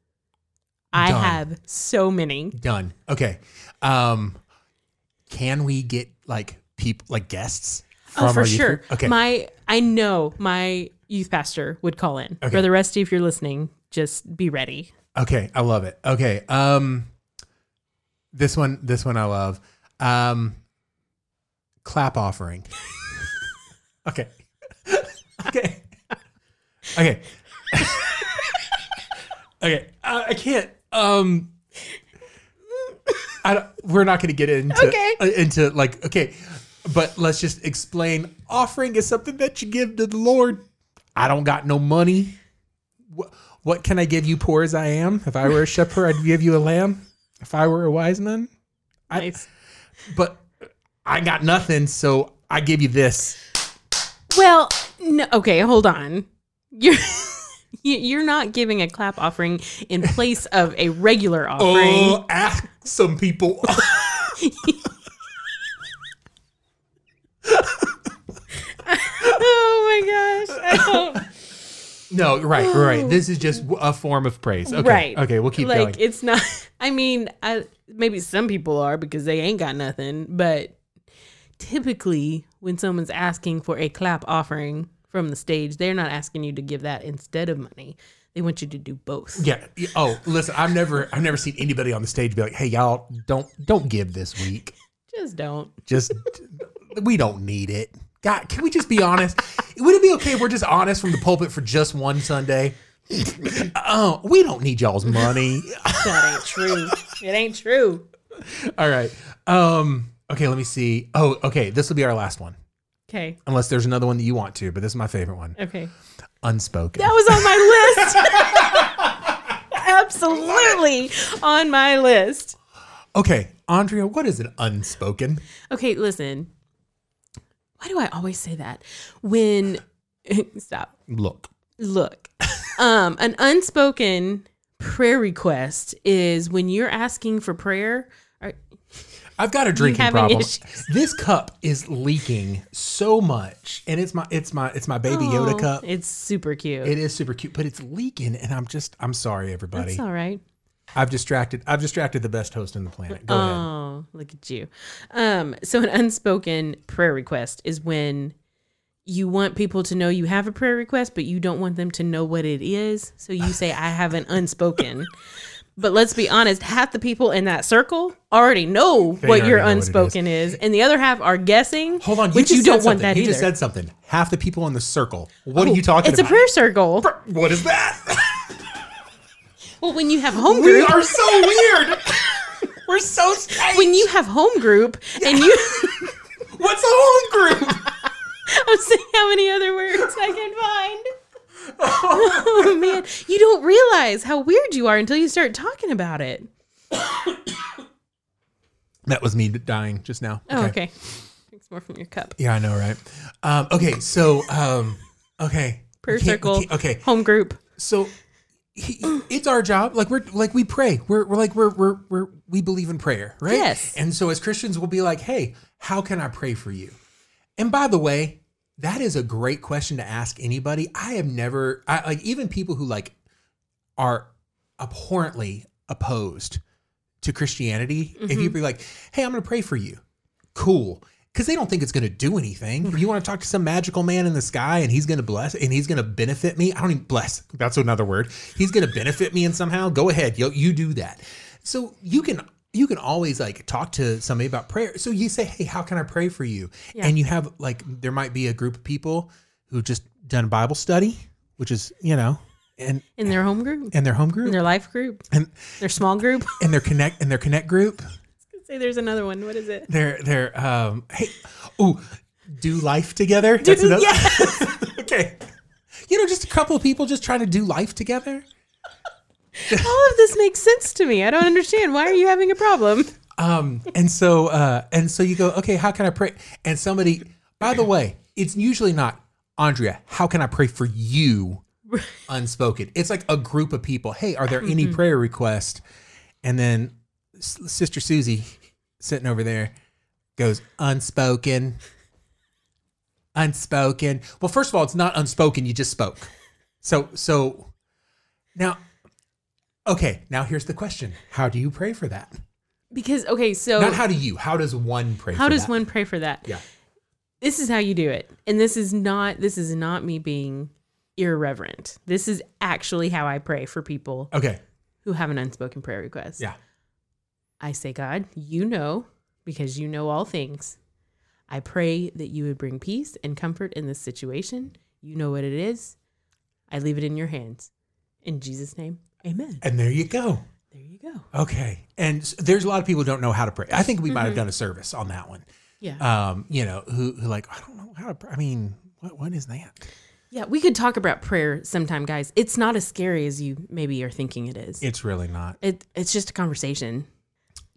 Speaker 3: I
Speaker 1: Done.
Speaker 3: have so many.
Speaker 1: done. Okay. Um, can we get like people like guests?
Speaker 3: Oh,
Speaker 1: from
Speaker 3: for
Speaker 1: our youth
Speaker 3: sure.
Speaker 1: group? Okay.
Speaker 3: My, I know my youth pastor would call in.
Speaker 1: Okay.
Speaker 3: Brother Rusty, if you're listening, just be ready.
Speaker 1: Okay, I love it. Okay. Um this one this one I love. Um clap offering. okay. okay. Okay. okay. Uh, I, I can't um I don't, we're not going to get into
Speaker 3: Okay.
Speaker 1: uh, into like okay, but let's just explain offering is something that you give to the Lord. I don't got no money what can I give you, poor as I am? If I were a shepherd, I'd give you a lamb. If I were a wise man,
Speaker 3: Nice.
Speaker 1: but I got nothing, so I give you this.
Speaker 3: Well, no, okay, hold on. You're you- you're not giving a clap offering in place of a regular offering.
Speaker 1: Oh, ask some people.
Speaker 3: Oh, my gosh. I don't-
Speaker 1: no, right, right. This is just a form of praise. Okay,
Speaker 3: Right.
Speaker 1: Okay, we'll keep
Speaker 3: like
Speaker 1: going.
Speaker 3: it's not I mean, I maybe some people are because they ain't got nothing, but typically when someone's asking for a clap offering from the stage, they're not asking you to give that instead of money. They want you to do both.
Speaker 1: yeah. yeah, Oh, listen. I've never, I've never seen anybody on the stage be like, "Hey, y'all, don't, don't give this week.
Speaker 3: Just don't.
Speaker 1: Just, we don't need it." God, can we just be honest? Would it be okay if we're just honest from the pulpit for just one Sunday? oh, we don't need y'all's money.
Speaker 3: That ain't true. it ain't true.
Speaker 1: All right. Um, okay, let me see. Oh, okay. This will be our last one.
Speaker 3: Okay.
Speaker 1: Unless there's another one that you want to, but this is my favorite one.
Speaker 3: Okay.
Speaker 1: Unspoken.
Speaker 3: That was on my list. Absolutely on my list.
Speaker 1: okay, Andrea, what is an unspoken?
Speaker 3: Okay, listen. Why do I always say that? When stop.
Speaker 1: Look.
Speaker 3: Look. Um an unspoken prayer request is when you're asking for prayer or
Speaker 1: I've got a drinking
Speaker 3: having
Speaker 1: problem.
Speaker 3: issues.
Speaker 1: This cup is leaking so much. And it's my it's my it's my baby
Speaker 3: Oh,
Speaker 1: Yoda cup.
Speaker 3: It's super cute.
Speaker 1: It is super cute, but it's leaking and I'm just I'm sorry everybody.
Speaker 3: It's all right.
Speaker 1: I've distracted I've distracted the best host on the planet. Go ahead.
Speaker 3: Oh, look at you. Um, so an unspoken prayer request is when you want people to know you have a prayer request, but you don't want them to know what it is. So you say, I have an unspoken. but let's be honest, half the people in that circle already know what
Speaker 1: already
Speaker 3: your
Speaker 1: know what it is.
Speaker 3: unspoken is. and the other half are guessing.
Speaker 1: Hold on, you
Speaker 3: which
Speaker 1: just
Speaker 3: you
Speaker 1: said
Speaker 3: don't want
Speaker 1: something.
Speaker 3: that
Speaker 1: you
Speaker 3: either. Oh,
Speaker 1: just said something. Half the people in the circle. What are you talking
Speaker 3: it's
Speaker 1: about?
Speaker 3: a prayer circle.
Speaker 1: What is that?
Speaker 3: Well, when you have home
Speaker 1: We
Speaker 3: group,
Speaker 1: are so weird. We're so strange.
Speaker 3: when you have home group, and you,
Speaker 1: What's a home group?
Speaker 3: I'm saying how many other words I can find. oh man, you don't realize how weird you are until you start talking about it.
Speaker 1: That was me dying just now.
Speaker 3: Oh, okay. Drinks more from your cup.
Speaker 1: Yeah, I know, right? Um, okay, so um, okay,
Speaker 3: Prayer
Speaker 1: We can't- we
Speaker 3: circle.
Speaker 1: can't- Okay,
Speaker 3: Home group.
Speaker 1: so he, it's our job. Like we're like we pray. We're, we're like we're, we're we're we believe in prayer, right?
Speaker 3: Yes.
Speaker 1: And so as Christians, we'll be like, hey, how can I pray for you? And by the way, that is a great question to ask anybody. I have never, I like even people who like are abhorrently opposed to Christianity.
Speaker 3: Mm-hmm.
Speaker 1: If you'd be like, hey, I'm going to pray for you, cool. Because they don't think it's going to do anything. You want to talk to some magical man in the sky and he's going to bless and he's going to benefit me. I don't even bless. That's another word. He's going to benefit me in somehow. Go ahead. You, you do that. So you can you can always like talk to somebody about prayer. So you say, hey, how can I pray for you? And you have like there might be a group of people who just done Bible study, which is you know, and
Speaker 3: In their home group.
Speaker 1: and their home
Speaker 3: In
Speaker 1: group
Speaker 3: their life group.
Speaker 1: and
Speaker 3: Their small group.
Speaker 1: and their connect and their connect group
Speaker 3: say there's another one. What is it?
Speaker 1: They're they're um hey ooh do life together. That's another okay. You know, just a couple of people just trying to do life together.
Speaker 3: All of this makes sense to me. I don't understand. Why are you having a problem?
Speaker 1: Um and so uh and so you go, okay, how can I pray? And somebody by the way, it's usually not Andrea, how can I pray for you unspoken? It's like a group of people. Hey, are there any prayer requests? And then S- Sister Susie sitting over there goes unspoken. Unspoken. Well, first of all, it's not unspoken, you just spoke. So so now okay, now here's the question. How do you pray for that?
Speaker 3: Because okay, so
Speaker 1: Not how do you, how does one pray
Speaker 3: how
Speaker 1: for
Speaker 3: does
Speaker 1: that?
Speaker 3: one pray for that?
Speaker 1: Yeah.
Speaker 3: This is how you do it. And this is not this is not me being irreverent. This is actually how I pray for people
Speaker 1: Okay.
Speaker 3: who have an unspoken prayer request.
Speaker 1: Yeah.
Speaker 3: I say, God, you know, because you know all things. I pray that you would bring peace and comfort in this situation. You know what it is. I leave it in your hands. In Jesus' name, amen.
Speaker 1: And there you go.
Speaker 3: There you go.
Speaker 1: Okay. And s- there's a lot of people who don't know how to pray. I think we might
Speaker 3: Mm-hmm.
Speaker 1: have done a service on that one.
Speaker 3: Yeah.
Speaker 1: Um, you know, who, who like, I don't know how to pray. I mean, what, what is that?
Speaker 3: yeah, we could talk about prayer sometime, guys. It's not as scary as you maybe are thinking it is.
Speaker 1: It's really not.
Speaker 3: It, it's just a conversation.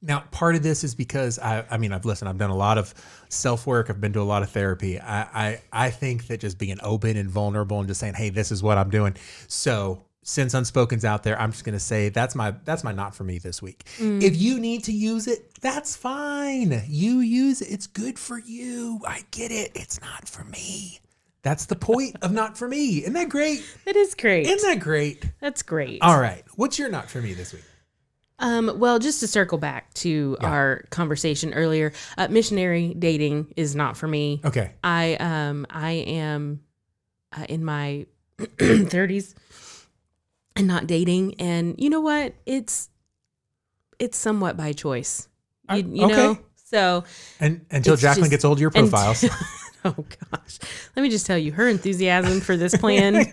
Speaker 1: Now, part of this is because I, I mean, I've listened, I've done a lot of self work, I've been to a lot of therapy. I, I, I think that just being open and vulnerable and just saying, hey, this is what I'm doing. So, since unspoken's out there, I'm just gonna say that's my that's my not for me this week.
Speaker 3: Mm.
Speaker 1: If you need to use it, that's fine. You use it. It's good for you. I get it. It's not for me. That's the point of not for me. Isn't that great?
Speaker 3: It is great.
Speaker 1: Isn't that great?
Speaker 3: That's great.
Speaker 1: All right. What's your not for me this week?
Speaker 3: Um, well, just to circle back to our conversation earlier, uh, missionary dating is not for me.
Speaker 1: Okay.
Speaker 3: I um I am uh, in my 30s and not dating and you know what? It's it's somewhat by choice. You, you
Speaker 1: okay.
Speaker 3: know. So
Speaker 1: And until
Speaker 3: It's
Speaker 1: Jacqueline
Speaker 3: just-
Speaker 1: gets old, your
Speaker 3: and-
Speaker 1: profiles.
Speaker 3: oh gosh. Let me just tell you her enthusiasm for this plan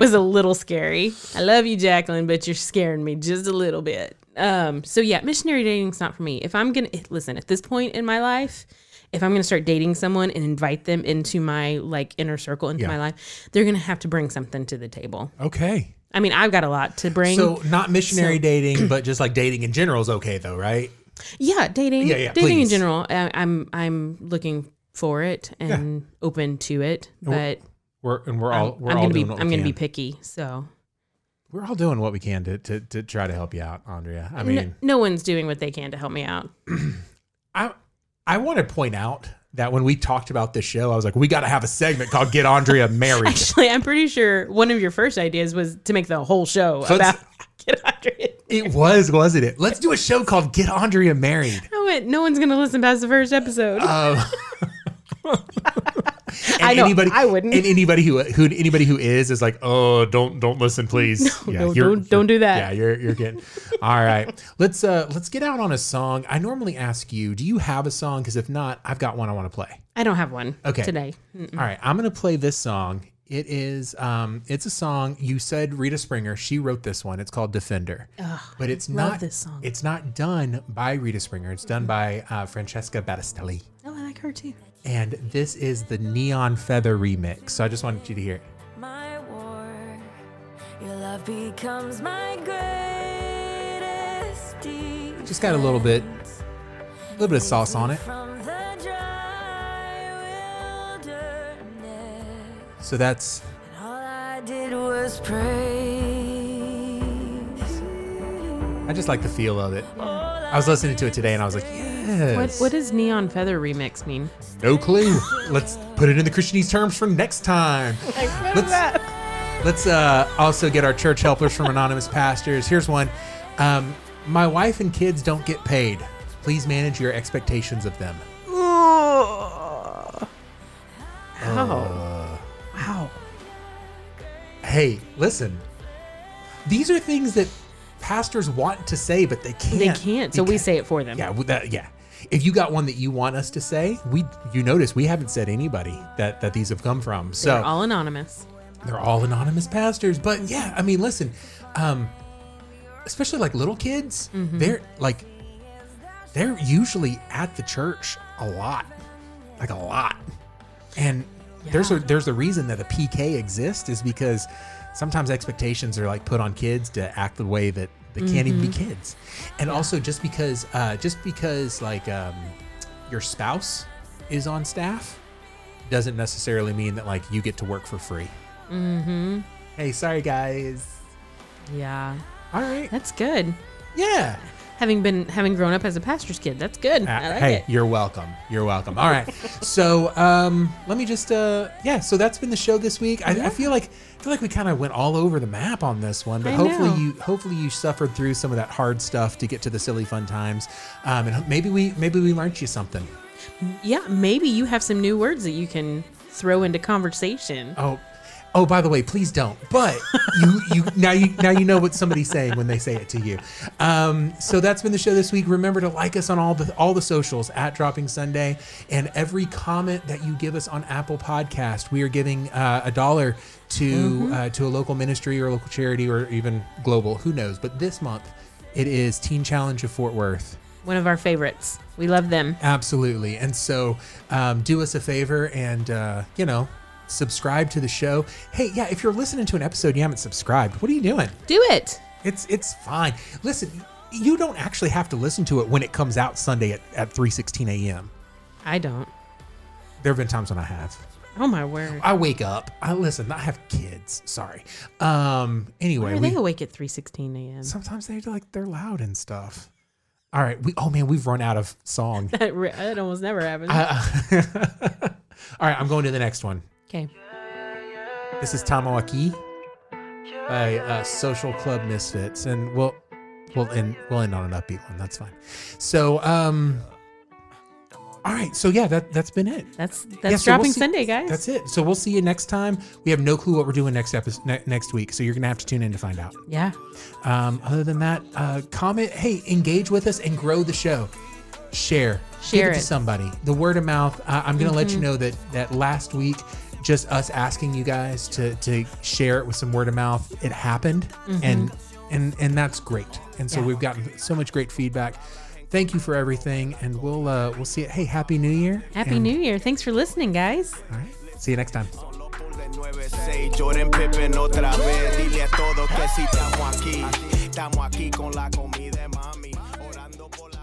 Speaker 3: was a little scary. I love you Jacqueline, but you're scaring me just a little bit. Um so yeah, missionary dating's not for me. If I'm going to listen, at this point in my life, if I'm going to start dating someone and invite them into my like inner circle into
Speaker 1: Yeah.
Speaker 3: my life, they're going to have to bring something to the table.
Speaker 1: Okay.
Speaker 3: I mean, I've got a lot to bring.
Speaker 1: So not missionary
Speaker 3: So-
Speaker 1: dating, but just like dating in general is okay though, right?
Speaker 3: yeah, dating,
Speaker 1: Yeah, yeah,
Speaker 3: dating in
Speaker 1: please.
Speaker 3: general, I, I'm I'm looking for it and open to it, but
Speaker 1: We're and we're all we're
Speaker 3: I'm
Speaker 1: all
Speaker 3: gonna be
Speaker 1: doing what
Speaker 3: I'm
Speaker 1: we
Speaker 3: gonna be
Speaker 1: can.
Speaker 3: picky. So
Speaker 1: We're all doing what we can to, to to try to help you out, Andrea. I mean,
Speaker 3: no, no one's doing what they can to help me out.
Speaker 1: I I want to point out that when we talked about this show, I was like, we got to have a segment called "Get Andrea Married."
Speaker 3: Actually, I'm pretty sure one of your first ideas was to make the whole show about
Speaker 1: Let's-
Speaker 3: get under it.
Speaker 1: it was, wasn't it? Let's do a show called "Get Andrea Married."
Speaker 3: I went, no one's gonna listen past the first episode.
Speaker 1: Uh, And
Speaker 3: I know, I wouldn't.
Speaker 1: And anybody who who anybody who is is like, oh, don't don't listen, please. yeah,
Speaker 3: no,
Speaker 1: you're-
Speaker 3: don't- don't do that.
Speaker 1: Yeah, you're you're getting. all right, let's uh let's get out on a song. I normally ask you, do you have a song? Because if not, I've got one I want to play.
Speaker 3: I don't have one
Speaker 1: Okay.
Speaker 3: today.
Speaker 1: All right, I'm gonna play this song. It is um it's a song you said Rita Springer. She wrote this one. It's called Defender. but it's
Speaker 3: love
Speaker 1: not
Speaker 3: this song.
Speaker 1: It's not done by Rita Springer. It's done by uh, Francesca Battistelli.
Speaker 3: Oh, I like her too.
Speaker 1: And this is the Neon Feather remix. So I just wanted you to hear it.
Speaker 9: my war. Your love becomes my greatest defense.
Speaker 1: Just got a little bit, a little bit of sauce on it.
Speaker 9: From the dry wilderness.
Speaker 1: So that's
Speaker 9: And all I did was praise.
Speaker 1: I just like the feel of it. I was listening to it today and I was like,
Speaker 3: What
Speaker 1: yes,
Speaker 3: what does neon feather remix mean?
Speaker 1: no clue. Let's put it in the Christianese terms for next time. Let's let's uh, also get our church helpers from anonymous pastors. Here's one. Um, my wife and kids don't get paid. Please manage your expectations of them. Uh,
Speaker 3: Wow. wow.
Speaker 1: Hey, listen. These are things that pastors want to say, but they can't.
Speaker 3: They can't, so we
Speaker 1: because-
Speaker 3: say it for them.
Speaker 1: Yeah, w- that, yeah. If you got one that you want us to say, we you notice we haven't said anybody that that these have come from. So
Speaker 3: They're all anonymous.
Speaker 1: they're all anonymous pastors. But yeah, I mean, listen, um, especially like little kids, they're like they're usually at the church a lot, like a lot. And there's a there's a reason that a PK exists is because sometimes expectations are like put on kids to act the way that they can't even be kids, and also just because uh, just because like um, your spouse is on staff doesn't necessarily mean that like you get to work for free. Mm-hmm. Hey, sorry guys.
Speaker 3: Yeah.
Speaker 1: All right.
Speaker 3: That's good.
Speaker 1: Yeah.
Speaker 3: Having been having grown up as a pastor's kid, that's good. I
Speaker 1: Uh,
Speaker 3: like
Speaker 1: hey,
Speaker 3: it.
Speaker 1: you're welcome. You're welcome. All right. so um, let me just uh, yeah. So that's been the show this week. I, I feel like I feel like we kind of went all over the map on this one, but
Speaker 3: I
Speaker 1: hopefully
Speaker 3: know.
Speaker 1: you hopefully you suffered through some of that hard stuff to get to the silly fun times, um, and maybe we maybe we learned you something.
Speaker 3: Yeah, maybe you have some new words that you can throw into conversation.
Speaker 1: Oh. Oh, by the way, please don't. But you, you now you now you know what somebody's saying when they say it to you. Um, so that's been the show this week. Remember to like us on all the all the socials at Dropping Sunday, and every comment that you give us on Apple Podcast, we are giving uh, a dollar to uh, to a local ministry or local charity or even global. Who knows? But this month, it is Teen Challenge of Fort Worth.
Speaker 3: One of our favorites. We love them.
Speaker 1: Absolutely. And so um, do us a favor and, uh, you know, subscribe to the show. Hey, yeah, if you're listening to an episode and you haven't subscribed, what are you doing?
Speaker 3: Do it.
Speaker 1: It's it's fine. Listen, you don't actually have to listen to it when it comes out Sunday at, at 3.16 a.m.
Speaker 3: I don't.
Speaker 1: There have been times when I have.
Speaker 3: Oh my word.
Speaker 1: I wake up. I listen. I have kids. Sorry. Um. Anyway,
Speaker 3: Are
Speaker 1: we-
Speaker 3: they awake at 3:16 a.m.?
Speaker 1: sometimes they like they're loud and stuff. All right. We oh man, we've run out of song.
Speaker 3: That, re- that almost never happens.
Speaker 1: All right, I'm going to the next one.
Speaker 3: okay.
Speaker 1: This is Tamawaki by uh, Social Club Misfits, and we'll we'll end we'll end on an upbeat one. That's fine. So, um, all right. So yeah, that that's been it.
Speaker 3: That's that's
Speaker 1: Yeah, so we'll
Speaker 3: dropping
Speaker 1: see-
Speaker 3: Sunday, guys.
Speaker 1: That's it. So we'll see you next time. We have no clue what we're doing next episode ne- next week, so you're gonna have to tune in to find out.
Speaker 3: yeah.
Speaker 1: Um, other than that, uh, comment. Hey, engage with us and grow the show. Share,
Speaker 3: Share
Speaker 1: give it, to
Speaker 3: it. Mm-hmm.
Speaker 1: somebody. The word of mouth. Uh, I'm gonna let you know that that last week, just us asking you guys to to share it with some word of mouth, it happened,
Speaker 3: Mm-hmm.
Speaker 1: and and and that's great. And so we've gotten so much great feedback. Thank you for everything, and we'll uh, we'll see it. Hey, happy New Year!
Speaker 3: Happy
Speaker 1: and-
Speaker 3: New Year. Thanks for listening, guys.
Speaker 1: All right, see you next time.
Speaker 10: Son los de 9-6, Jordan Pippen otra vez. Dile a todos que si estamos aquí, estamos aquí con la comida de mami, orando por la.